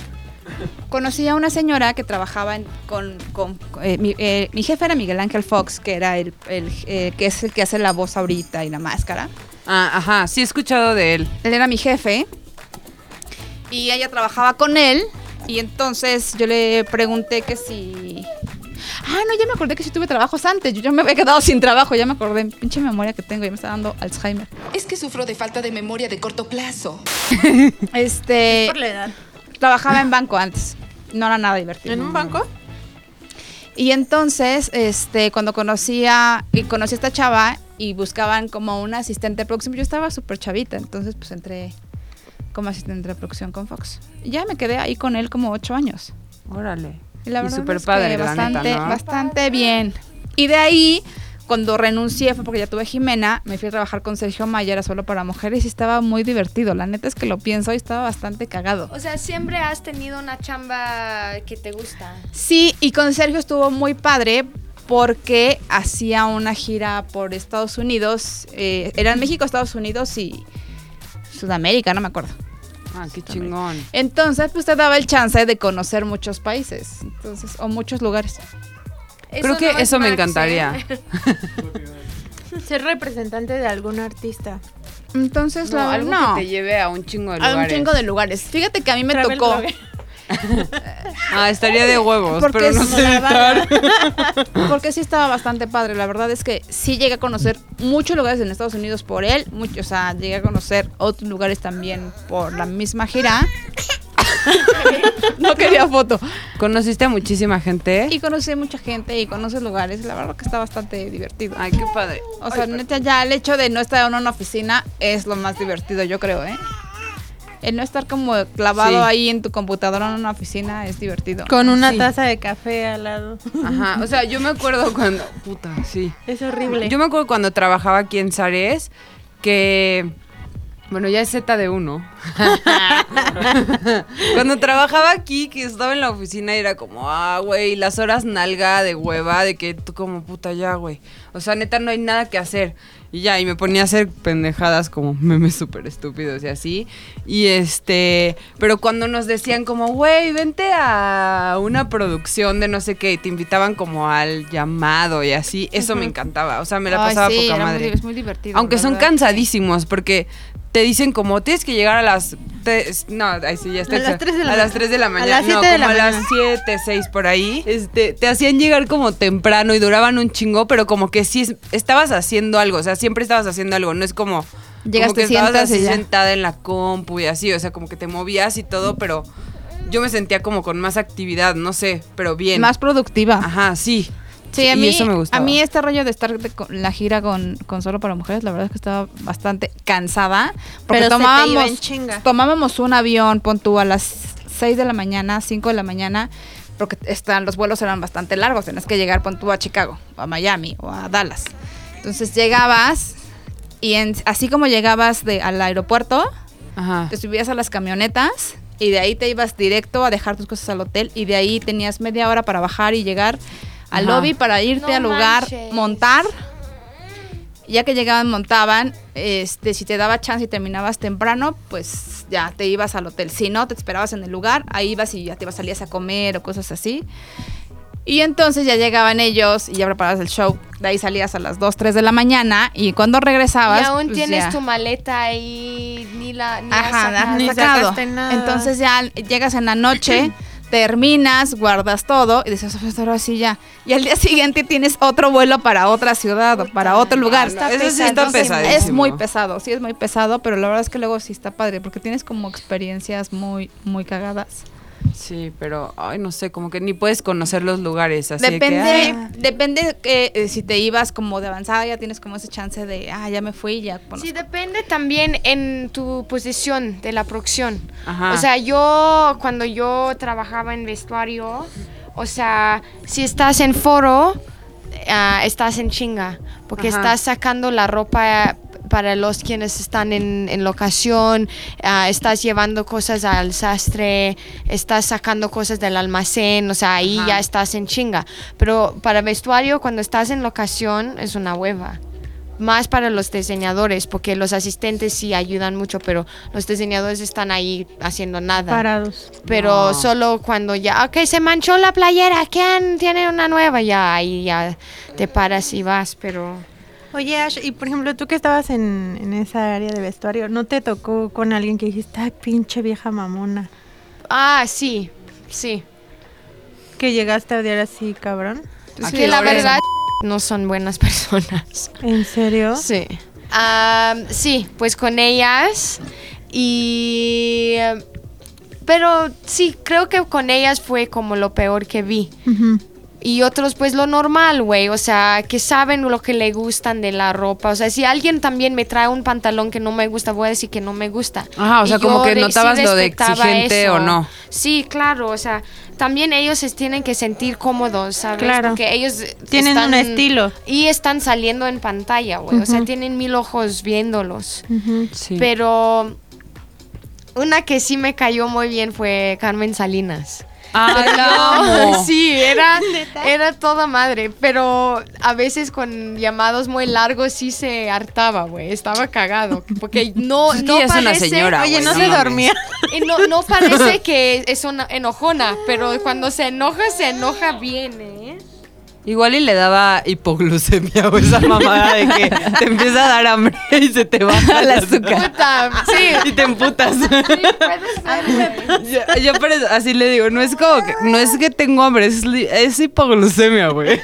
Speaker 2: Conocí a una señora que trabajaba en- con, con- eh, mi, eh, mi jefe era Miguel Ángel Fox, que era el, el, eh, que es el que hace la voz ahorita y la máscara.
Speaker 3: Ah, ajá, sí he escuchado de él.
Speaker 2: él era mi jefe y ella trabajaba con él y entonces yo le pregunté que si ah no ya me acordé que si tuve trabajos antes yo, yo me había quedado sin trabajo ya me acordé pinche memoria que tengo ya me está dando Alzheimer
Speaker 5: Es que sufro de falta de memoria de corto plazo.
Speaker 2: este
Speaker 4: Por la edad.
Speaker 2: trabajaba en banco antes no era nada divertido
Speaker 4: ¿En un banco?
Speaker 2: Y entonces, este, cuando conocía y conocí a esta chava y buscaban como una asistente de producción, yo estaba súper chavita, entonces pues entré como asistente de producción con Fox. Y ya me quedé ahí con él como ocho años.
Speaker 3: Órale.
Speaker 2: Y la
Speaker 3: Y
Speaker 2: verdad
Speaker 3: súper
Speaker 2: es que
Speaker 3: padre, la neta,
Speaker 2: bastante,
Speaker 3: ¿no?
Speaker 2: bastante bien. Y de ahí, cuando renuncié, fue porque ya tuve Jimena, me fui a trabajar con Sergio Mayer a Solo para Mujeres y estaba muy divertido. La neta es que lo pienso y estaba bastante cagado.
Speaker 1: O sea, siempre has tenido una chamba que te gusta.
Speaker 2: Sí, y con Sergio estuvo muy padre porque hacía una gira por Estados Unidos. eh, era en México, Estados Unidos y Sudamérica, no me acuerdo.
Speaker 3: Ah, qué chingón.
Speaker 2: Entonces, pues te daba el chance de conocer muchos países, entonces, o muchos lugares.
Speaker 3: Creo que
Speaker 1: no es
Speaker 3: eso me
Speaker 1: Max, ¿eh?
Speaker 3: encantaría.
Speaker 4: Ser representante de algún artista.
Speaker 2: Entonces,
Speaker 3: No,
Speaker 2: la-
Speaker 3: algo
Speaker 2: no,
Speaker 3: que te lleve a un chingo de
Speaker 2: a
Speaker 3: lugares.
Speaker 2: un chingo de lugares. Fíjate que a mí me tocó.
Speaker 3: Ah, estaría de huevos,
Speaker 2: Porque
Speaker 3: pero no
Speaker 2: es
Speaker 3: sé editar.
Speaker 2: Porque sí estaba bastante padre. La verdad es que sí llegué a conocer muchos lugares en Estados Unidos por él. Mucho, o sea, llegué a conocer otros lugares también por la misma gira. no quería foto.
Speaker 3: ¿Conociste a muchísima gente?
Speaker 2: Y conocí mucha gente y conoces lugares. La verdad que está bastante divertido.
Speaker 3: Ay, qué padre.
Speaker 2: O sea, neta, ya el hecho de no estar en una oficina es lo más divertido, yo creo, ¿eh? El no estar como clavado
Speaker 3: Sí.
Speaker 2: ahí en tu computadora en una oficina es divertido.
Speaker 4: Con una
Speaker 3: Sí.
Speaker 4: taza de café al lado.
Speaker 3: Ajá, o sea, yo me acuerdo cuando... Puta, sí.
Speaker 4: Es horrible.
Speaker 3: Yo me acuerdo cuando trabajaba aquí en Zares que Bueno, ya es Z de uno. Cuando trabajaba aquí, que estaba en la oficina y era como, ah, güey, las horas nalga de hueva, de que tú como puta ya, güey. O sea, neta, no hay nada que hacer. Y ya, y me ponía a hacer pendejadas como memes súper estúpidos y así. Y este, pero cuando nos decían como, güey, vente a una producción de no sé qué, y te invitaban como al llamado y así, eso me encantaba. O sea, me la
Speaker 2: Ay,
Speaker 3: pasaba
Speaker 2: sí,
Speaker 3: poca
Speaker 2: era muy-
Speaker 3: madre.
Speaker 2: es muy divertido.
Speaker 3: Aunque
Speaker 2: la
Speaker 3: son
Speaker 2: verdad.
Speaker 3: cansadísimos porque te dicen como tienes que llegar a las te- no, ahí sí ya está
Speaker 4: A las
Speaker 3: exa-
Speaker 4: tres de la
Speaker 3: a
Speaker 4: mañana.
Speaker 3: las 3 de la
Speaker 4: A las
Speaker 3: mañana, no,
Speaker 4: siete de
Speaker 3: como
Speaker 4: la
Speaker 3: a las
Speaker 4: mañana.
Speaker 3: 7, 6 por ahí. Este, te hacían llegar como temprano y duraban un chingo, pero como que sí es- estabas haciendo algo, o sea, siempre estabas haciendo algo, no es como
Speaker 2: Llegas,
Speaker 3: como que
Speaker 2: te
Speaker 3: estabas
Speaker 2: sientas y
Speaker 3: así
Speaker 2: ya.
Speaker 3: sentada en la compu y así, o sea, como que te movías y todo, pero yo me sentía como con más actividad, no sé, pero bien.
Speaker 2: Más productiva.
Speaker 3: Ajá, sí.
Speaker 2: Sí, a mí,
Speaker 3: y eso me gustaba.
Speaker 2: a mí este rollo de estar de- con la gira con, con Solo para Mujeres, la verdad es que estaba bastante cansada. Porque
Speaker 4: Pero se te iba en
Speaker 2: tomábamos,
Speaker 4: chinga.
Speaker 2: tomábamos un avión, pon tú, a las 6 de la mañana, 5 de la mañana, porque están, los vuelos eran bastante largos, tenías que llegar, pon tú, a Chicago, o a Miami, o a Dallas. Entonces llegabas y en- así como llegabas de, al aeropuerto,
Speaker 3: Ajá.
Speaker 2: te subías a las camionetas y de ahí te ibas directo a dejar tus cosas al hotel y de ahí tenías media hora para bajar y llegar al
Speaker 3: Ajá.
Speaker 2: lobby para irte
Speaker 1: No
Speaker 2: al lugar,
Speaker 1: manches.
Speaker 2: montar. Ya que llegaban, montaban, este, si te daba chance y terminabas temprano, pues ya te ibas al hotel. Si no, te esperabas en el lugar, ahí ibas y ya te ibas, salías a comer o cosas así. Y entonces ya llegaban ellos y ya preparabas el show. De ahí salías a las 2, 3 de la mañana y cuando regresabas...
Speaker 1: Y aún
Speaker 2: pues,
Speaker 1: tienes
Speaker 2: ya.
Speaker 1: tu maleta ahí, ni la. Ni has
Speaker 2: Ajá,
Speaker 1: sacado.
Speaker 2: has
Speaker 4: Ni
Speaker 2: sacado.
Speaker 4: sacaste nada.
Speaker 2: Entonces ya llegas en la noche, terminas, guardas todo y dices, "Pues, ahora sí ya. Y al día siguiente tienes otro vuelo para otra ciudad o para otro lugar.
Speaker 3: Ah, no, eso sí está
Speaker 2: Entonces,
Speaker 3: pesadísimo.
Speaker 2: Es muy pesado, sí es muy pesado, pero la verdad es que luego sí está padre porque tienes como experiencias muy, muy cagadas.
Speaker 3: Sí, pero, ay, no sé, como que ni puedes conocer los lugares. Así de que,
Speaker 2: Depende,
Speaker 3: ay,
Speaker 2: depende que eh, si te ibas como de avanzada ya tienes como ese chance de, ah, ya me fui, ya.
Speaker 1: Sí,
Speaker 2: conozco".
Speaker 1: depende también en tu posición de la producción.
Speaker 3: Ajá.
Speaker 1: O sea, yo cuando yo trabajaba en vestuario, o sea, si estás en foro, ah, estás en chinga, porque
Speaker 3: Ajá.
Speaker 1: estás sacando la ropa eh, para los quienes están en, en locación, ah, estás llevando cosas al sastre, estás sacando cosas del almacén, o sea, ahí
Speaker 3: Ajá.
Speaker 1: ya estás en chinga. Pero para vestuario, cuando estás en locación, es una hueva más para los diseñadores, porque los asistentes sí ayudan mucho, pero los diseñadores están ahí haciendo nada.
Speaker 4: Parados.
Speaker 1: Pero
Speaker 3: No.
Speaker 1: solo cuando ya, ok, se manchó la playera, ¿quién tiene una nueva? Ya ahí ya te paras y vas, pero...
Speaker 4: Oye, Ash, y por ejemplo, tú que estabas en, en esa área de vestuario, ¿no te tocó con alguien que dijiste, ay, pinche vieja mamona?
Speaker 1: Ah, sí, sí.
Speaker 4: Que llegaste a odiar así, cabrón.
Speaker 1: Es
Speaker 3: ¿A
Speaker 1: que
Speaker 3: qué
Speaker 1: la
Speaker 3: hora es?
Speaker 1: verdad no son buenas personas.
Speaker 4: ¿En serio?
Speaker 1: Sí. Am, sí, pues con ellas y... em, Pero sí, creo que con ellas fue como lo peor que vi.
Speaker 4: Ujú.
Speaker 1: Y otros, pues lo normal, güey. O sea, que saben lo que le gustan de la ropa. O sea, si alguien también me trae un pantalón que no me gusta, voy a decir que no me gusta.
Speaker 3: Ajá, o sea,
Speaker 1: Y
Speaker 3: como
Speaker 1: yo
Speaker 3: que
Speaker 1: re-
Speaker 3: notabas lo de
Speaker 1: respetaba
Speaker 3: exigente o no.
Speaker 1: Sí, claro. O sea, también ellos se tienen que sentir cómodos, ¿sabes?
Speaker 4: Claro.
Speaker 1: Porque ellos. eh,
Speaker 4: Tienen un estilo.
Speaker 1: Y están saliendo en pantalla, güey. O sea, tienen mil ojos viéndolos.
Speaker 4: Ujú.
Speaker 3: Sí.
Speaker 1: Pero. Una que sí me cayó muy bien fue Carmen Salinas.
Speaker 3: Ay, la amo.
Speaker 1: Sí, era, era toda madre, pero a veces con llamados muy largos sí se hartaba, güey, estaba cagado, porque no,
Speaker 3: Es que
Speaker 1: no
Speaker 3: ella es
Speaker 1: parece,
Speaker 3: una señora,
Speaker 4: Oye,
Speaker 3: güey,
Speaker 4: no
Speaker 3: no
Speaker 4: se
Speaker 3: mames.
Speaker 4: dormía.
Speaker 1: y no, no parece que es una enojona, pero cuando se enoja, se enoja bien, ¿eh?
Speaker 3: Igual y le daba hipoglucemia o esa mamada de que te empieza a dar hambre y se te baja el azúcar.
Speaker 1: Puta,
Speaker 3: Y
Speaker 1: sí,
Speaker 3: te emputas.
Speaker 1: sí, puede ser, güey.
Speaker 3: Yo, yo por eso- así le digo, no es como que, no es que tengo hambre, es, li- es hipoglucemia, güey.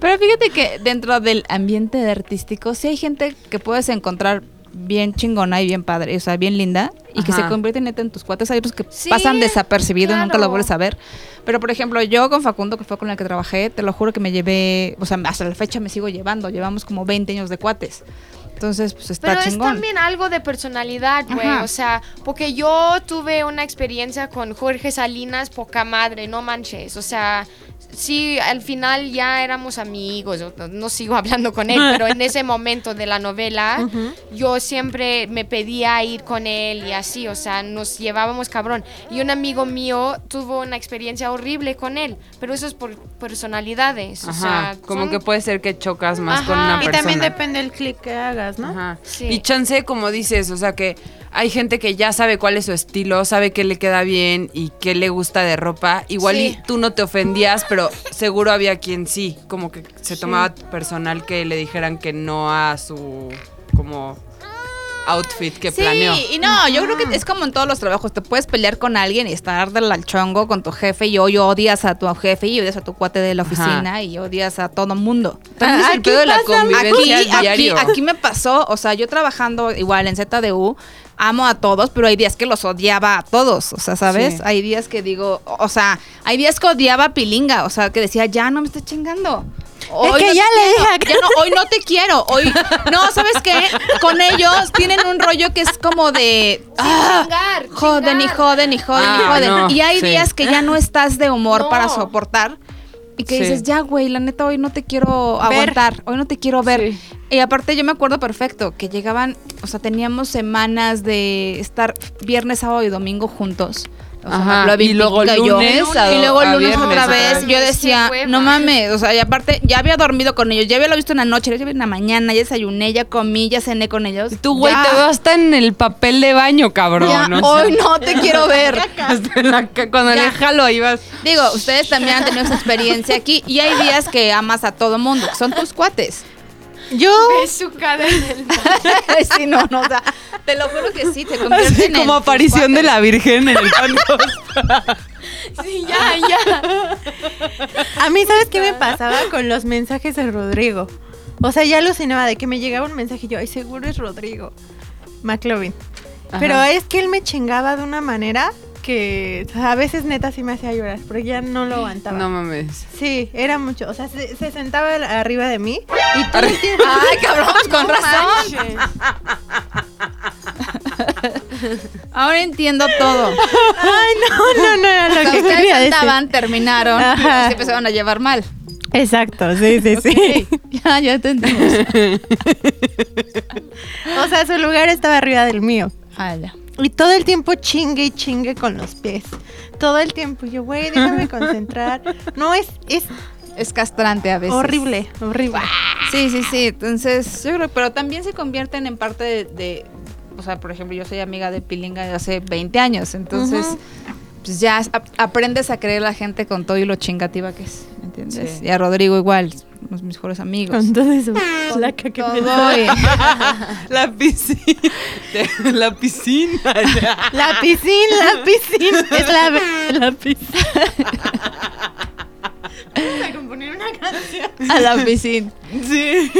Speaker 2: Pero fíjate que dentro del ambiente de artístico sí hay gente que puedes encontrar bien chingona y bien padre, o sea, bien linda y que
Speaker 3: Ajá.
Speaker 2: se convierten neta en tus cuates, hay otros que
Speaker 1: Sí,
Speaker 2: pasan desapercibido y nunca
Speaker 1: claro.
Speaker 2: lo vuelves a ver. Pero por ejemplo, yo con Facundo, que fue con el que trabajé, te lo juro que me llevé, o sea, hasta la fecha me sigo llevando, llevamos como 20 años de cuates. Entonces, pues está
Speaker 1: Pero es
Speaker 2: chingón.
Speaker 1: también algo de personalidad, güey.
Speaker 2: Ajá.
Speaker 1: O sea, porque yo tuve una experiencia con Jorge Salinas, poca madre, no manches. O sea, sí, al final ya éramos amigos. o- No, no sigo hablando con él, pero en ese momento de la novela, yo siempre me pedía ir con él y así. O sea, nos llevábamos cabrón. Y un amigo mío tuvo una experiencia horrible con él, pero eso es por personalidades. o
Speaker 3: Ajá,
Speaker 1: sea,
Speaker 3: como
Speaker 1: son-
Speaker 3: que puede ser que chocas más con
Speaker 1: Ajá.
Speaker 3: una
Speaker 1: Y
Speaker 3: persona.
Speaker 4: Y también depende el clic que hagas, ¿no?
Speaker 3: Ajá.
Speaker 1: Sí.
Speaker 3: Y chance, como dices, o sea que hay gente que ya sabe cuál es su estilo, sabe qué le queda bien y qué le gusta de ropa. Igual
Speaker 1: Sí.
Speaker 3: y tú no te ofendías, pero seguro había quien sí, como que se tomaba personal que le dijeran que no a su como outfit que
Speaker 2: Sí,
Speaker 3: planeó.
Speaker 2: y no, yo creo que es como en todos los trabajos, te puedes pelear con alguien y estar del al chongo con tu jefe y hoy odias a tu jefe y odias a tu cuate de la
Speaker 3: Ajá.
Speaker 2: oficina y odias a todo mundo.
Speaker 3: También es el
Speaker 4: Aquí
Speaker 3: pedo de la
Speaker 4: pasa algo.
Speaker 2: Aquí,
Speaker 3: convivencia al
Speaker 2: aquí,
Speaker 3: diario.
Speaker 2: aquí me pasó, o sea, yo trabajando igual en ZDU, amo a todos, pero hay días que los odiaba a todos, o sea, ¿sabes?
Speaker 3: Sí.
Speaker 2: Hay días que digo, o o sea, hay días que odiaba a Pilinga, o sea, que decía, ya no me estés chingando. Hoy
Speaker 4: que
Speaker 2: no te
Speaker 4: ya le
Speaker 2: quiero,
Speaker 4: dije
Speaker 2: ya
Speaker 4: a-
Speaker 2: no, hoy no te quiero, hoy, no, ¿sabes qué? Con ellos tienen un rollo que es como de, ah,
Speaker 1: Chingar,
Speaker 2: joden y
Speaker 1: chingar.
Speaker 2: joden y joden
Speaker 3: Ah,
Speaker 2: y joden.
Speaker 3: no,
Speaker 2: y hay
Speaker 3: sí.
Speaker 2: días que ya no estás de humor
Speaker 1: No.
Speaker 2: para soportar. Y que
Speaker 3: Sí.
Speaker 2: dices, ya, güey, la neta, hoy no te quiero
Speaker 4: Ver.
Speaker 2: aguantar, hoy no te quiero ver. Y aparte yo me acuerdo perfecto que llegaban, o sea, teníamos semanas de estar viernes, sábado y domingo juntos. O sea, me
Speaker 3: Ajá,
Speaker 2: habló Vicky
Speaker 3: y luego
Speaker 2: yo,
Speaker 3: lunes a-
Speaker 2: y luego
Speaker 3: a
Speaker 2: lunes
Speaker 3: viernes
Speaker 2: otra
Speaker 3: otra
Speaker 2: vez.
Speaker 3: vez.
Speaker 2: Yo
Speaker 1: Qué
Speaker 2: decía,
Speaker 1: hueva.
Speaker 2: no mames, o sea, y aparte ya había dormido con ellos, ya había lo visto en la noche, ya había en la mañana, ya desayuné, ya comí, ya cené con ellos.
Speaker 3: Y tú, güey,
Speaker 2: Ya,
Speaker 3: te veo hasta en el papel de baño, cabrón.
Speaker 2: ya,
Speaker 3: ¿no?
Speaker 2: hoy no te quiero ver.
Speaker 3: Hasta en la ca- cuando
Speaker 2: Ya.
Speaker 3: le jalo ahí vas.
Speaker 2: Digo, ustedes también han tenido esa experiencia aquí y hay días que amas a todo mundo, que son tus cuates.
Speaker 4: Yo,
Speaker 1: Besucada en el
Speaker 2: sí, no, no, o sea, te lo juro que sí, te convierten
Speaker 3: Así
Speaker 2: en
Speaker 3: como
Speaker 2: tus
Speaker 3: aparición de
Speaker 2: cuates.
Speaker 3: la Virgen en el canto.
Speaker 1: Sí, ya, ya.
Speaker 4: a mí, ¿sabes qué me pasaba con los mensajes de Rodrigo? O sea, ya alucinaba de que me llegaba un mensaje y yo, ay, seguro es Rodrigo McLovin. Pero es que él me chingaba de una manera que a veces neta sí me hacía llorar, porque ya no lo aguantaba.
Speaker 3: No mames.
Speaker 4: Sí, era mucho. O sea, se, se sentaba al- arriba de mí y tú no tienes-
Speaker 2: Ay, cabrón, con razón. Ahora entiendo todo.
Speaker 4: Ay, no, no, no era lo que
Speaker 2: Los que
Speaker 4: quería decir.
Speaker 2: estaban, terminaron
Speaker 4: Ajá.
Speaker 2: y se empezaron a llevar mal.
Speaker 4: Exacto, sí, sí, sí.
Speaker 2: Ya, ya entendimos.
Speaker 4: O sea, su lugar estaba arriba del mío.
Speaker 2: Ah, ya.
Speaker 4: Y todo el tiempo chingue y chingue con los pies. Todo el tiempo. Yo, güey, déjame concentrar. No, es, es
Speaker 2: Es castrante a veces.
Speaker 4: horrible, horrible.
Speaker 2: Sí, sí, sí. Entonces, yo creo, pero también se convierten en parte de, de- o sea, por ejemplo, yo soy amiga de Pilinga de hace 20 años, entonces
Speaker 4: Ujú.
Speaker 2: pues ya es- ap- aprendes a creer la gente con todo y lo chingativa que es, ¿me entiendes? Y a Rodrigo igual, uno de mis mejores amigos.
Speaker 4: Con todo eso. placa que me da.
Speaker 2: Todo y-
Speaker 3: La piscina. La piscina.
Speaker 4: La piscina, la piscina. Es la, la piscina.
Speaker 2: a la piscina.
Speaker 3: Sí.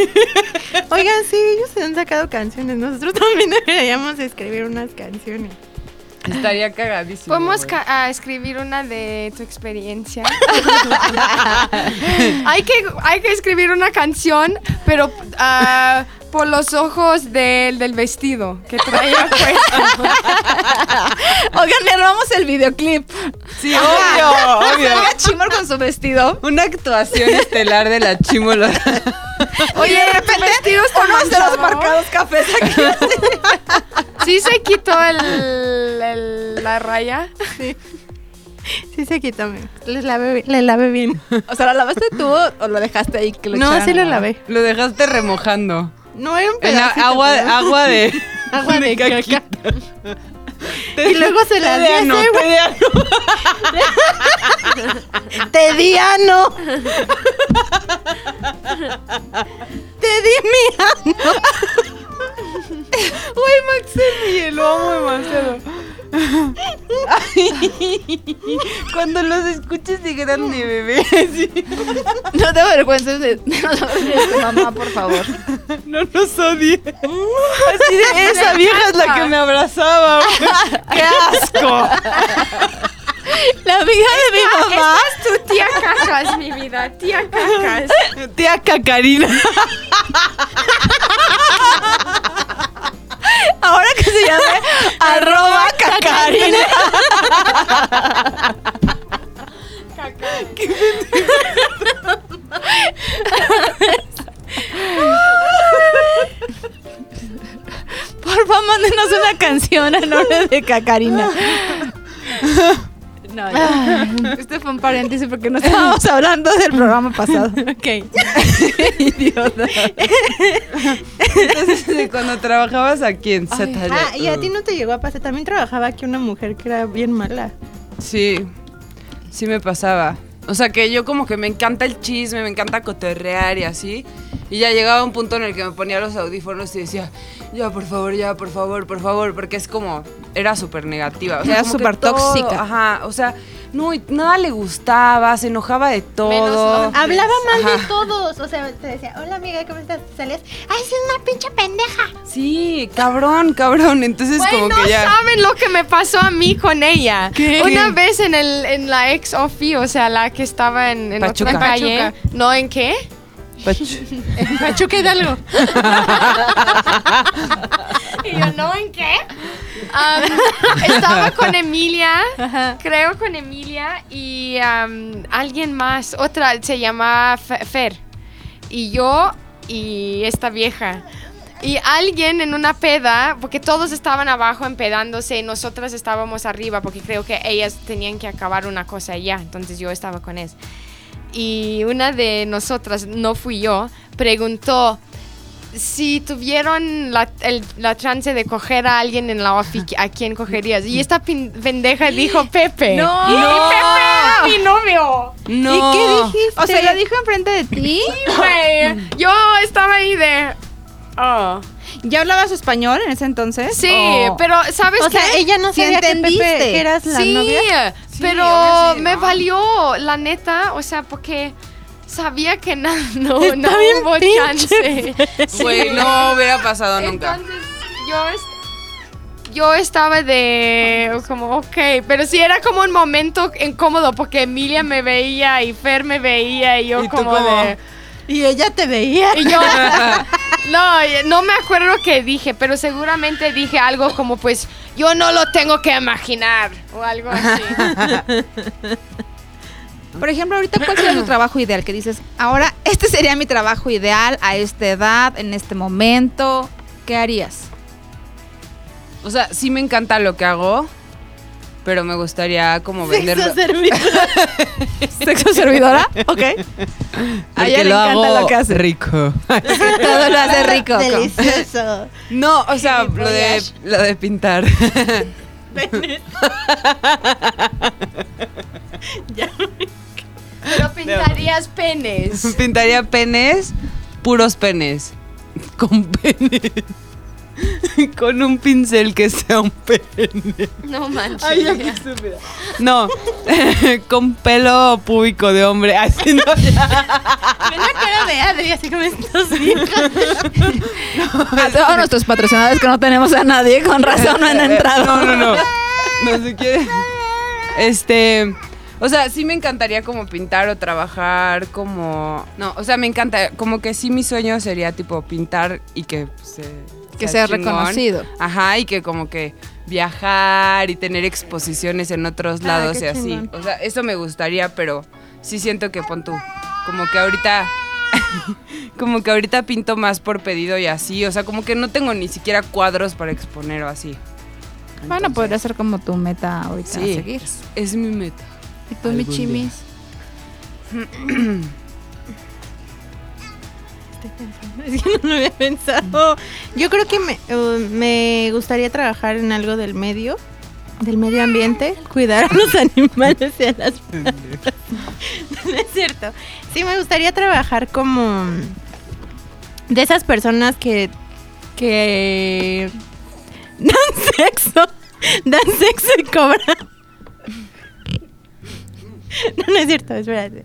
Speaker 4: Oigan, sí, ellos se han sacado canciones. Nosotros también deberíamos escribir unas canciones.
Speaker 3: Estaría cagadísimo.
Speaker 1: Podemos
Speaker 3: güey.
Speaker 1: ca- ah, escribir una de tu experiencia. hay, que, hay que escribir una canción, pero ah, por los ojos del, del vestido que traía puesto.
Speaker 2: Oigan, le robamos el videoclip.
Speaker 3: Sí, obvio, obvio.
Speaker 2: Salga Chimor con su vestido.
Speaker 3: Una actuación estelar de la chimola.
Speaker 1: Oye, de repente vestido está
Speaker 2: Unos de los
Speaker 1: manchado.
Speaker 2: marcados cafés aquí.
Speaker 1: Sí se quitó el- el- la raya.
Speaker 4: Sí, se quita, amigo. Les lave, le lavé bien.
Speaker 2: O sea, ¿lo lavaste tú o lo dejaste ahí que lo
Speaker 4: No,
Speaker 2: echaran
Speaker 4: sí
Speaker 2: a
Speaker 4: lo
Speaker 2: lavar?
Speaker 4: lavé.
Speaker 3: Lo dejaste remojando.
Speaker 4: No era un
Speaker 3: En la
Speaker 4: pedacito,
Speaker 3: agua,
Speaker 4: pero-
Speaker 3: agua de.
Speaker 4: Agua de
Speaker 3: caquita.
Speaker 4: Y luego se la di a
Speaker 3: Tedeano,
Speaker 4: ese güey.
Speaker 3: tedeano.
Speaker 4: Te di ano. Te di mi ano.
Speaker 3: Güey, Maximiliano, lo amo demasiado. Cuando los escuches de grande, bebé. sí.
Speaker 2: No te avergüences de, no te avergüences de tu mamá, por favor.
Speaker 3: No nos odie. Así de esa vieja es la que me abrazaba. güey. ¡Qué asco!
Speaker 2: La amiga de mi mamá.
Speaker 1: Esta es tu tía Cacas, mi vida. Tía Cacas.
Speaker 3: Tía Cacarina.
Speaker 4: se llama arroba cacarina. Por favor, mándenos una canción a nombre de Cacarina. No, ya.
Speaker 2: Este fue un paréntesis porque no estábamos hablando del programa pasado.
Speaker 4: Ok.
Speaker 3: Entonces, cuando trabajabas aquí en ZDU.
Speaker 4: Ah, y a ti no te llegó a pasar. También trabajaba aquí una mujer que era bien mala.
Speaker 3: Sí, sí me pasaba. O sea que yo como que me encanta el chisme, me encanta cotorrear y así. Y ya llegaba un punto en el que me ponía los audífonos y decía, ya por favor, ya por favor, por favor, porque es como, era súper negativa. O sea,
Speaker 2: Era
Speaker 3: como que
Speaker 2: súper
Speaker 3: todo-
Speaker 2: tóxica.
Speaker 3: Ajá, o sea, no, y nada le gustaba, se enojaba de todo.
Speaker 5: no.
Speaker 4: Hablaba mal de
Speaker 3: Ajá.
Speaker 4: todos. O sea, te decía, hola amiga, ¿cómo estás? Salías, ¡ay, es una pinche pendeja!
Speaker 3: Sí, cabrón, cabrón. Entonces
Speaker 1: Güey,
Speaker 3: como
Speaker 1: no
Speaker 3: que ya...
Speaker 1: saben lo que me pasó a mí con ella.
Speaker 3: ¿Qué?
Speaker 1: Una vez en, el, en la ex ofi, o sea, la que estaba en, en otra
Speaker 3: Pachuca.
Speaker 1: calle. ¿No en qué?
Speaker 3: Pach-
Speaker 4: Pachuca Hidalgo.
Speaker 1: Y yo, ¿no en qué? Um, estaba con Emilia, creo con Emilia y um, alguien más, otra, se llama Fe- Fer. Y yo y esta vieja. Y alguien en una peda, porque todos estaban abajo empedándose y nosotras estábamos arriba, porque creo que ellas tenían que acabar una cosa ya, entonces yo estaba con ellas. Y una de nosotras, no fui yo, preguntó, si tuvieron la, el- la chance de coger a alguien en la ofi, ¿a quién cogerías? Y esta pin- pendeja dijo Pepe.
Speaker 2: No.
Speaker 1: Y Pepe era mi novio.
Speaker 3: No.
Speaker 2: ¿Y qué dijiste? O sea, lo dijo enfrente de ti.
Speaker 1: Güey, yo estaba ahí de... Oh.
Speaker 2: ¿Ya hablabas español en ese entonces?
Speaker 1: Sí,
Speaker 2: ¿O-
Speaker 1: pero ¿sabes
Speaker 4: O sea,
Speaker 1: qué?
Speaker 4: ella no
Speaker 2: Sí
Speaker 4: sabía que,
Speaker 2: entendiste.
Speaker 4: Pepe, que eras la
Speaker 1: sí,
Speaker 4: novia.
Speaker 1: pero
Speaker 3: obvio sí,
Speaker 1: me
Speaker 3: ¿no?
Speaker 1: valió, la neta, o sea, porque sabía que na- no, no,
Speaker 4: Está bien
Speaker 1: hubo
Speaker 4: pinche
Speaker 1: chance.
Speaker 3: Güey, no hubiera pasado nunca.
Speaker 1: Entonces yo, es- yo estaba de como, ok, pero sí era como un momento incómodo porque Emilia me veía y Fer me veía y yo
Speaker 3: ¿Y tú
Speaker 1: como
Speaker 3: cómo?
Speaker 1: de...
Speaker 4: Y ella te veía.
Speaker 1: Y yo... No, y- no me acuerdo qué dije, pero seguramente dije algo como pues yo no lo tengo que imaginar o algo así.
Speaker 2: Por ejemplo, ahorita, ¿cuál sería tu trabajo ideal? Que dices, ahora, este sería mi trabajo ideal a esta edad, en este momento. ¿Qué harías?
Speaker 3: O sea, sí me encanta lo que hago, pero me gustaría como venderlo.
Speaker 4: Sexo servicio.
Speaker 2: ¿Sexo servidora? Ok. A ella le encanta lo que hace.
Speaker 3: rico.
Speaker 2: Todo lo hace rico.
Speaker 4: Delicioso.
Speaker 3: No, o sea, lo de, lo de pintar.
Speaker 1: Pero pintarías penes.
Speaker 3: Pintaría penes, puros penes. Con penes. Con un pincel que sea un pene.
Speaker 1: No manches.
Speaker 3: No, con pelo púbico de hombre. Haciendo
Speaker 4: Ven la cara de Adri, así como estos hijos.
Speaker 2: A todos nuestros patrocinadores que no tenemos a nadie, con razón no han entrado.
Speaker 3: Eh, No, no, no. No se quiere. Este. O sea, sí me encantaría como pintar o trabajar como. No, o sea, me encanta. Como que sí mi sueño sería tipo pintar y que se.
Speaker 2: Que sea
Speaker 3: chingón.
Speaker 2: reconocido.
Speaker 3: Ajá, y que como que viajar y tener exposiciones en otros
Speaker 4: Ah,
Speaker 3: lados
Speaker 4: qué
Speaker 3: y así.
Speaker 4: chingón.
Speaker 3: O sea, eso me gustaría, pero sí siento que pon tú. Como que ahorita. como que ahorita pinto más por pedido y así. O sea, como que no tengo ni siquiera cuadros para exponer o así.
Speaker 2: Bueno,
Speaker 3: Entonces,
Speaker 2: podría ser como tu meta ahorita
Speaker 3: Sí.
Speaker 2: a seguir.
Speaker 3: Es mi meta.
Speaker 2: Y tú, mi chimis.
Speaker 4: Es que no lo había pensado. Yo creo que me, eh, me gustaría trabajar en algo del medio, del medio ambiente, cuidar a los animales y a las plantas. No es cierto. Sí, me gustaría trabajar como de esas personas que que dan sexo, dan sexo y cobran. No, no es cierto, espérate.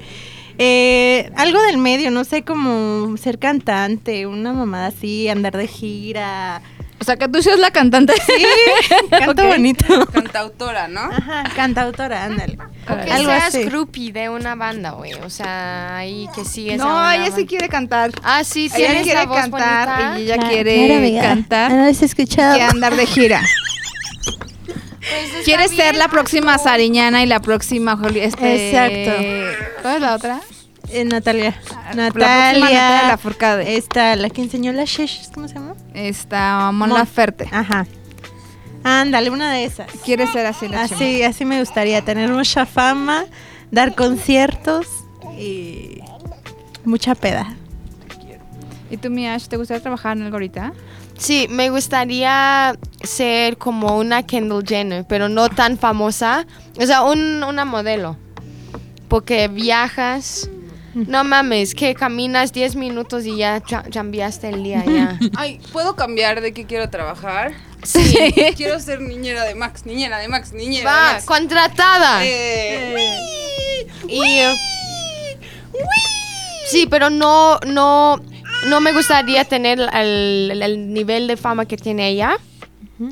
Speaker 4: Eh, algo del medio, no sé, como ser cantante, una mamada así, andar de gira.
Speaker 2: O sea, que tú seas la cantante.
Speaker 4: Sí, canto
Speaker 2: Ok.
Speaker 4: bonito.
Speaker 3: Cantautora, ¿no?
Speaker 4: Ajá, cantautora, ándale.
Speaker 1: O que
Speaker 4: Algo
Speaker 1: seas
Speaker 4: así.
Speaker 1: groupie de una banda, güey. O sea, ahí que sigues a
Speaker 2: No,
Speaker 1: una
Speaker 2: ella sí
Speaker 1: banda.
Speaker 2: quiere cantar.
Speaker 1: Ah, sí,
Speaker 2: Ella
Speaker 1: tienes la
Speaker 2: quiere
Speaker 1: voz
Speaker 2: cantar
Speaker 1: bonita.
Speaker 2: y ella
Speaker 4: Ah,
Speaker 2: quiere cantar.
Speaker 4: No has Ah, escuchado.
Speaker 2: Quiere andar de gira.
Speaker 1: Pues está
Speaker 2: Quiere
Speaker 1: bien,
Speaker 2: ser la próxima Sariñana y la próxima Juli- este,
Speaker 4: Exacto.
Speaker 2: ¿Cuál es la otra?
Speaker 4: Eh, Natalia.
Speaker 2: Natalia
Speaker 4: Natalia.
Speaker 2: Lafourcade.
Speaker 4: Esta, la que enseñó las sheshas, ¿cómo se llama?
Speaker 2: Esta Mon
Speaker 4: Mon. Ah.
Speaker 2: Laferte.
Speaker 4: Ajá. Ándale, una de esas.
Speaker 2: Quiere ser así la chama.
Speaker 4: Así, así me gustaría, tener mucha fama, dar conciertos y mucha peda.
Speaker 2: ¿Y tú, mi Ash, te gustaría trabajar en algo ahorita?
Speaker 1: Sí, me gustaría ser como una Kendall Jenner, pero no tan famosa. O sea, un- una modelo. Porque viajas. No mames, que caminas 10 minutos y ya cha- chambeaste el día ya.
Speaker 3: Ay, ¿puedo cambiar de qué quiero trabajar?
Speaker 1: Sí.
Speaker 3: Quiero ser niñera de Max, niñera de Max, niñera de
Speaker 1: Va,
Speaker 3: Max.
Speaker 1: contratada.
Speaker 3: Eh,
Speaker 1: Y, eh, Sí, pero no, no, no me gustaría tener el, el- el nivel de fama que tiene ella.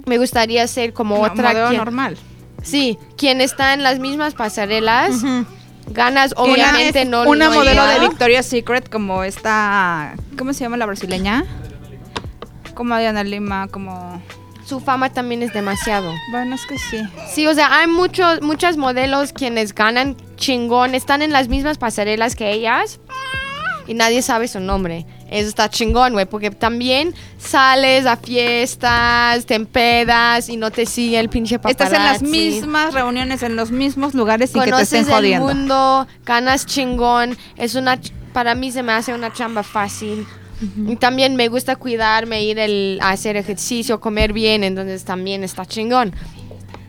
Speaker 1: Me gustaría ser como
Speaker 2: No,
Speaker 1: otra
Speaker 2: modelo
Speaker 1: quien-
Speaker 2: normal.
Speaker 1: Sí, quien está en las mismas pasarelas, ganas
Speaker 2: Una-
Speaker 1: obviamente no
Speaker 2: Una
Speaker 1: no
Speaker 2: modelo de
Speaker 1: igual.
Speaker 2: Victoria's Secret como esta... ¿Cómo se llama la brasileña? Como Diana Lima, como...
Speaker 1: Su fama también es demasiado.
Speaker 2: Bueno, es que sí.
Speaker 1: Sí, o sea, hay muchos, muchas modelos quienes ganan chingón, están en las mismas pasarelas que ellas y nadie sabe su nombre. Eso está chingón, güey, porque también sales a fiestas, te empedas y no te sigue el pinche
Speaker 2: Estás
Speaker 1: paparazzi.
Speaker 2: en las mismas reuniones, en los mismos lugares y que te estén
Speaker 1: Conoces el
Speaker 2: jodiendo.
Speaker 1: mundo, ganas chingón, es una ch- para mí se me hace una chamba fácil. Y también me gusta cuidarme, ir el, a hacer ejercicio, comer bien, entonces también está chingón.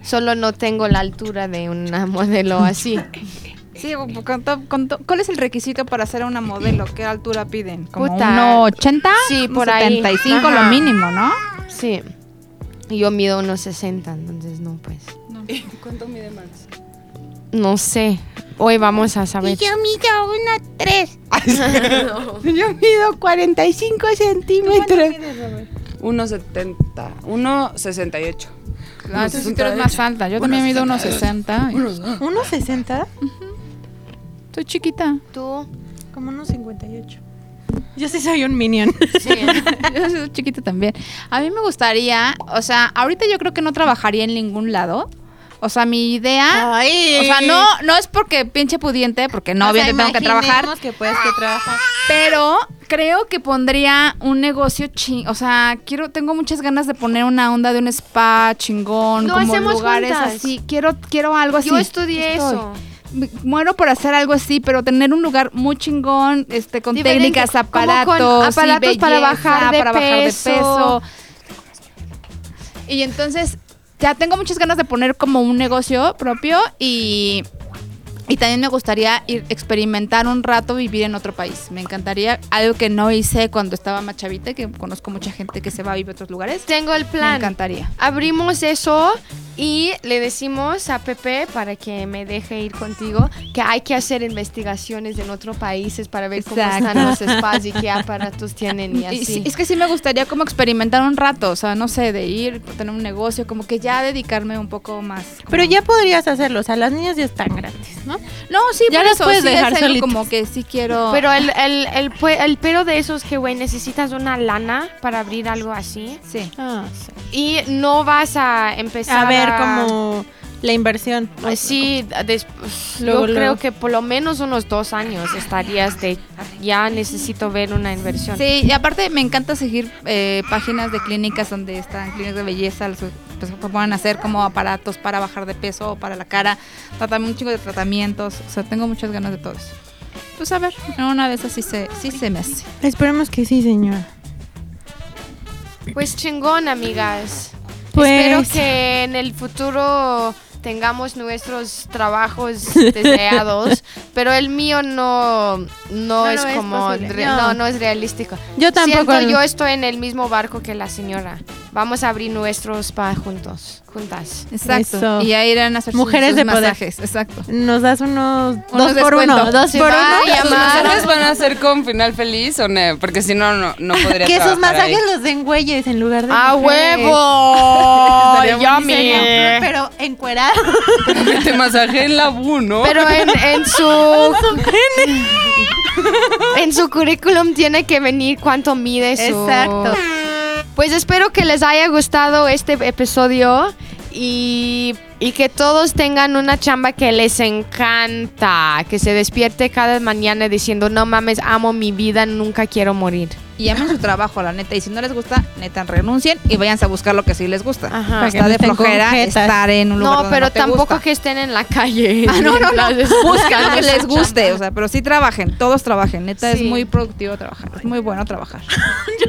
Speaker 1: Solo no tengo la altura de una modelo así.
Speaker 2: Sí, pues, con to- con to- ¿cuál es el requisito para ser una modelo? ¿Qué altura piden? ¿Como
Speaker 1: Puta.
Speaker 2: 1,80?
Speaker 1: Sí,
Speaker 2: ¿Un
Speaker 1: por ahí.
Speaker 2: 75 lo
Speaker 1: Ajá.
Speaker 2: mínimo, ¿no?
Speaker 1: Sí. Y yo mido unos 60, entonces no, pues.
Speaker 3: ¿Cuánto mide Max?
Speaker 1: No sé. Hoy vamos a saber.
Speaker 2: Pues
Speaker 3: Yo mido 45 centímetros. 1,70. 1,68.
Speaker 2: Ah, tú sí tú eres más alta. Yo también mido unos 60.
Speaker 4: ¿Unos 60?
Speaker 2: Estoy chiquita.
Speaker 1: ¿Tú?
Speaker 4: Como unos 58. Yo sí soy un minion.
Speaker 2: Yo soy chiquita también. A mí me gustaría, o sea, ahorita yo creo que no trabajaría en ningún lado. O sea, mi idea,
Speaker 4: Ay.
Speaker 2: o sea, no no es porque pinche pudiente, porque no,
Speaker 4: O sea,
Speaker 2: obviamente tengo que trabajar,
Speaker 4: imaginemos que puedes que trabajar.
Speaker 2: pero creo que pondría un negocio ching, o sea, quiero tengo muchas ganas de poner una onda de un spa chingón,
Speaker 1: Lo
Speaker 2: como
Speaker 1: hacemos
Speaker 2: lugares
Speaker 1: juntas.
Speaker 2: así. Quiero quiero algo así.
Speaker 1: Yo estudié
Speaker 2: Estoy.
Speaker 1: eso.
Speaker 2: Me- Muero por hacer algo así, pero tener un lugar muy chingón, este, con
Speaker 1: Diferente,
Speaker 2: técnicas,
Speaker 1: como con
Speaker 2: aparatos, y
Speaker 1: aparatos para bajar de
Speaker 2: para bajar de
Speaker 1: peso.
Speaker 2: peso. Y entonces, ya tengo muchas ganas de poner como un negocio propio y, y también me gustaría ir experimentar un rato, vivir en otro país. Me encantaría algo que no hice cuando estaba más chavita, que conozco mucha gente que se va a vivir a otros lugares.
Speaker 1: Tengo el
Speaker 2: Me
Speaker 1: plan.
Speaker 2: encantaría.
Speaker 1: Abrimos eso y le decimos a Pepe para que me deje ir contigo que hay que hacer investigaciones en otros países para ver cómo están los
Speaker 2: Exacto.
Speaker 1: spas y qué aparatos tienen y
Speaker 2: Y
Speaker 1: así.
Speaker 2: sí, es que sí me gustaría como experimentar un rato, o sea, no sé, de ir, tener un negocio, como que ya dedicarme un poco más. como-
Speaker 4: Pero ya podrías hacerlo, o sea, las niñas ya están grandes, ¿no?
Speaker 2: No, sí,
Speaker 4: ya
Speaker 2: por
Speaker 4: las
Speaker 2: eso,
Speaker 4: puedes
Speaker 2: sí es
Speaker 4: dejar
Speaker 2: algo
Speaker 4: solitas.
Speaker 2: como que sí quiero...
Speaker 1: Pero el, el, el, pue- el pero de eso es que, güey, necesitas una lana para abrir algo así.
Speaker 2: Sí.
Speaker 4: Ah, sí.
Speaker 1: Y no vas a empezar
Speaker 4: A ver como la inversión.
Speaker 1: Sí, des- pues,
Speaker 4: Luego,
Speaker 1: yo
Speaker 4: luego.
Speaker 1: creo que por lo menos unos dos años estarías de ya necesito ver una inversión.
Speaker 2: Sí, y aparte me encanta seguir eh, páginas de clínicas donde están clínicas de belleza, los, pues que pueden hacer como aparatos para bajar de peso o para la cara, tratam- un chingo de tratamientos, o sea, tengo muchas ganas de todo eso. Pues a ver, en una vez así se, sí se me hace.
Speaker 4: Esperemos que sí, señora.
Speaker 1: Pues chingón, amigas.
Speaker 4: Pues-
Speaker 1: Espero que en el futuro tengamos nuestros trabajos deseados, pero el mío no, no, es
Speaker 4: no es
Speaker 1: como
Speaker 4: posible.
Speaker 1: re-
Speaker 4: No.
Speaker 1: no. no es realístico.
Speaker 4: Yo tampoco.
Speaker 1: Siento, yo estoy en el mismo barco que la señora. vamos a abrir nuestro spa juntos, juntas.
Speaker 2: Exacto.
Speaker 4: Eso.
Speaker 2: Y ya irán a hacer sus-
Speaker 4: Mujeres
Speaker 2: sus
Speaker 4: de poder.
Speaker 2: masajes. Exacto.
Speaker 4: Nos das unos, dos
Speaker 2: Unos
Speaker 4: por
Speaker 2: descuento.
Speaker 4: uno. Dos
Speaker 1: Se
Speaker 4: por
Speaker 1: va
Speaker 4: uno.
Speaker 1: a
Speaker 3: ¿Sus
Speaker 1: llamar-
Speaker 3: masajes van a ser con final feliz o no? Porque si no, no, no podría
Speaker 4: Que esos
Speaker 3: trabajar ahí.
Speaker 4: masajes los den güeyes en lugar de.
Speaker 1: ¡A
Speaker 4: mujeres. pues,
Speaker 1: huevo!
Speaker 4: Sería-
Speaker 1: ¡Yummy!
Speaker 4: Pero encuerado.
Speaker 3: Te masajeen la bu, ¿no?
Speaker 1: Pero en, en su... en su currículum tiene que venir cuánto mide su...
Speaker 4: Exacto.
Speaker 1: Pues espero que les haya gustado este episodio y, y que todos tengan una chamba que les encanta. Que se despierte cada mañana diciendo, no mames, amo mi vida, nunca quiero morir.
Speaker 2: Y amen su trabajo, la neta. Y si no les gusta, neta, renuncien y váyanse a buscar lo que sí les gusta.
Speaker 1: Ajá. Para que
Speaker 2: Está
Speaker 4: no
Speaker 2: de
Speaker 4: estén con
Speaker 2: flojera
Speaker 4: jetas.
Speaker 2: estar en un lugar
Speaker 1: No,
Speaker 2: donde
Speaker 1: pero
Speaker 2: no te
Speaker 1: tampoco
Speaker 2: gusta.
Speaker 1: que estén en la calle.
Speaker 2: Ah, no, no, no.
Speaker 1: mientras
Speaker 2: Busquen lo
Speaker 1: buscan
Speaker 2: que
Speaker 1: esa
Speaker 2: les guste, o sea, pero sí trabajen, todos trabajen, neta
Speaker 1: Sí.
Speaker 2: es muy productivo trabajar, es muy bueno trabajar.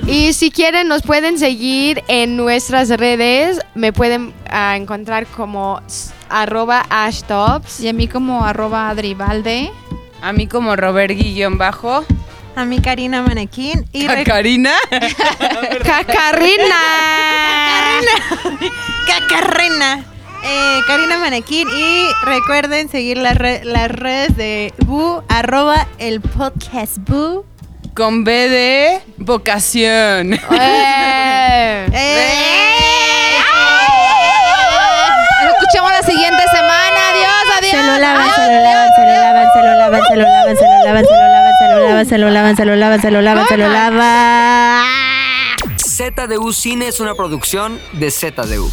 Speaker 1: Y si quieren, nos pueden seguir en nuestras redes. Me pueden ah, encontrar como s- arroba ashtops.
Speaker 2: Y a mí como arroba adribalde,
Speaker 3: A mí como Robert guión bajo.
Speaker 4: A mi Karina Manequín. Y
Speaker 3: A Karina.
Speaker 1: ¡Cacarrina!
Speaker 4: Cacarrena. Eh, Karina Manequín y recuerden seguir las re- las redes de Bu, arroba el podcast Bu.
Speaker 3: Con B de vocación.
Speaker 1: Eh.
Speaker 4: Eh,
Speaker 2: Nos escuchamos la siguiente semana, adiós, adiós.
Speaker 7: Se lo lavan, se lo lavan, se lo lavan, se lo lavan, se lo lavan, se lo lavan, se lo lavan, se lo lavan, se lo lavan, se lo lavan, se lo lavan, se lo lavan.
Speaker 8: ZDU Cine es una producción de ZDU.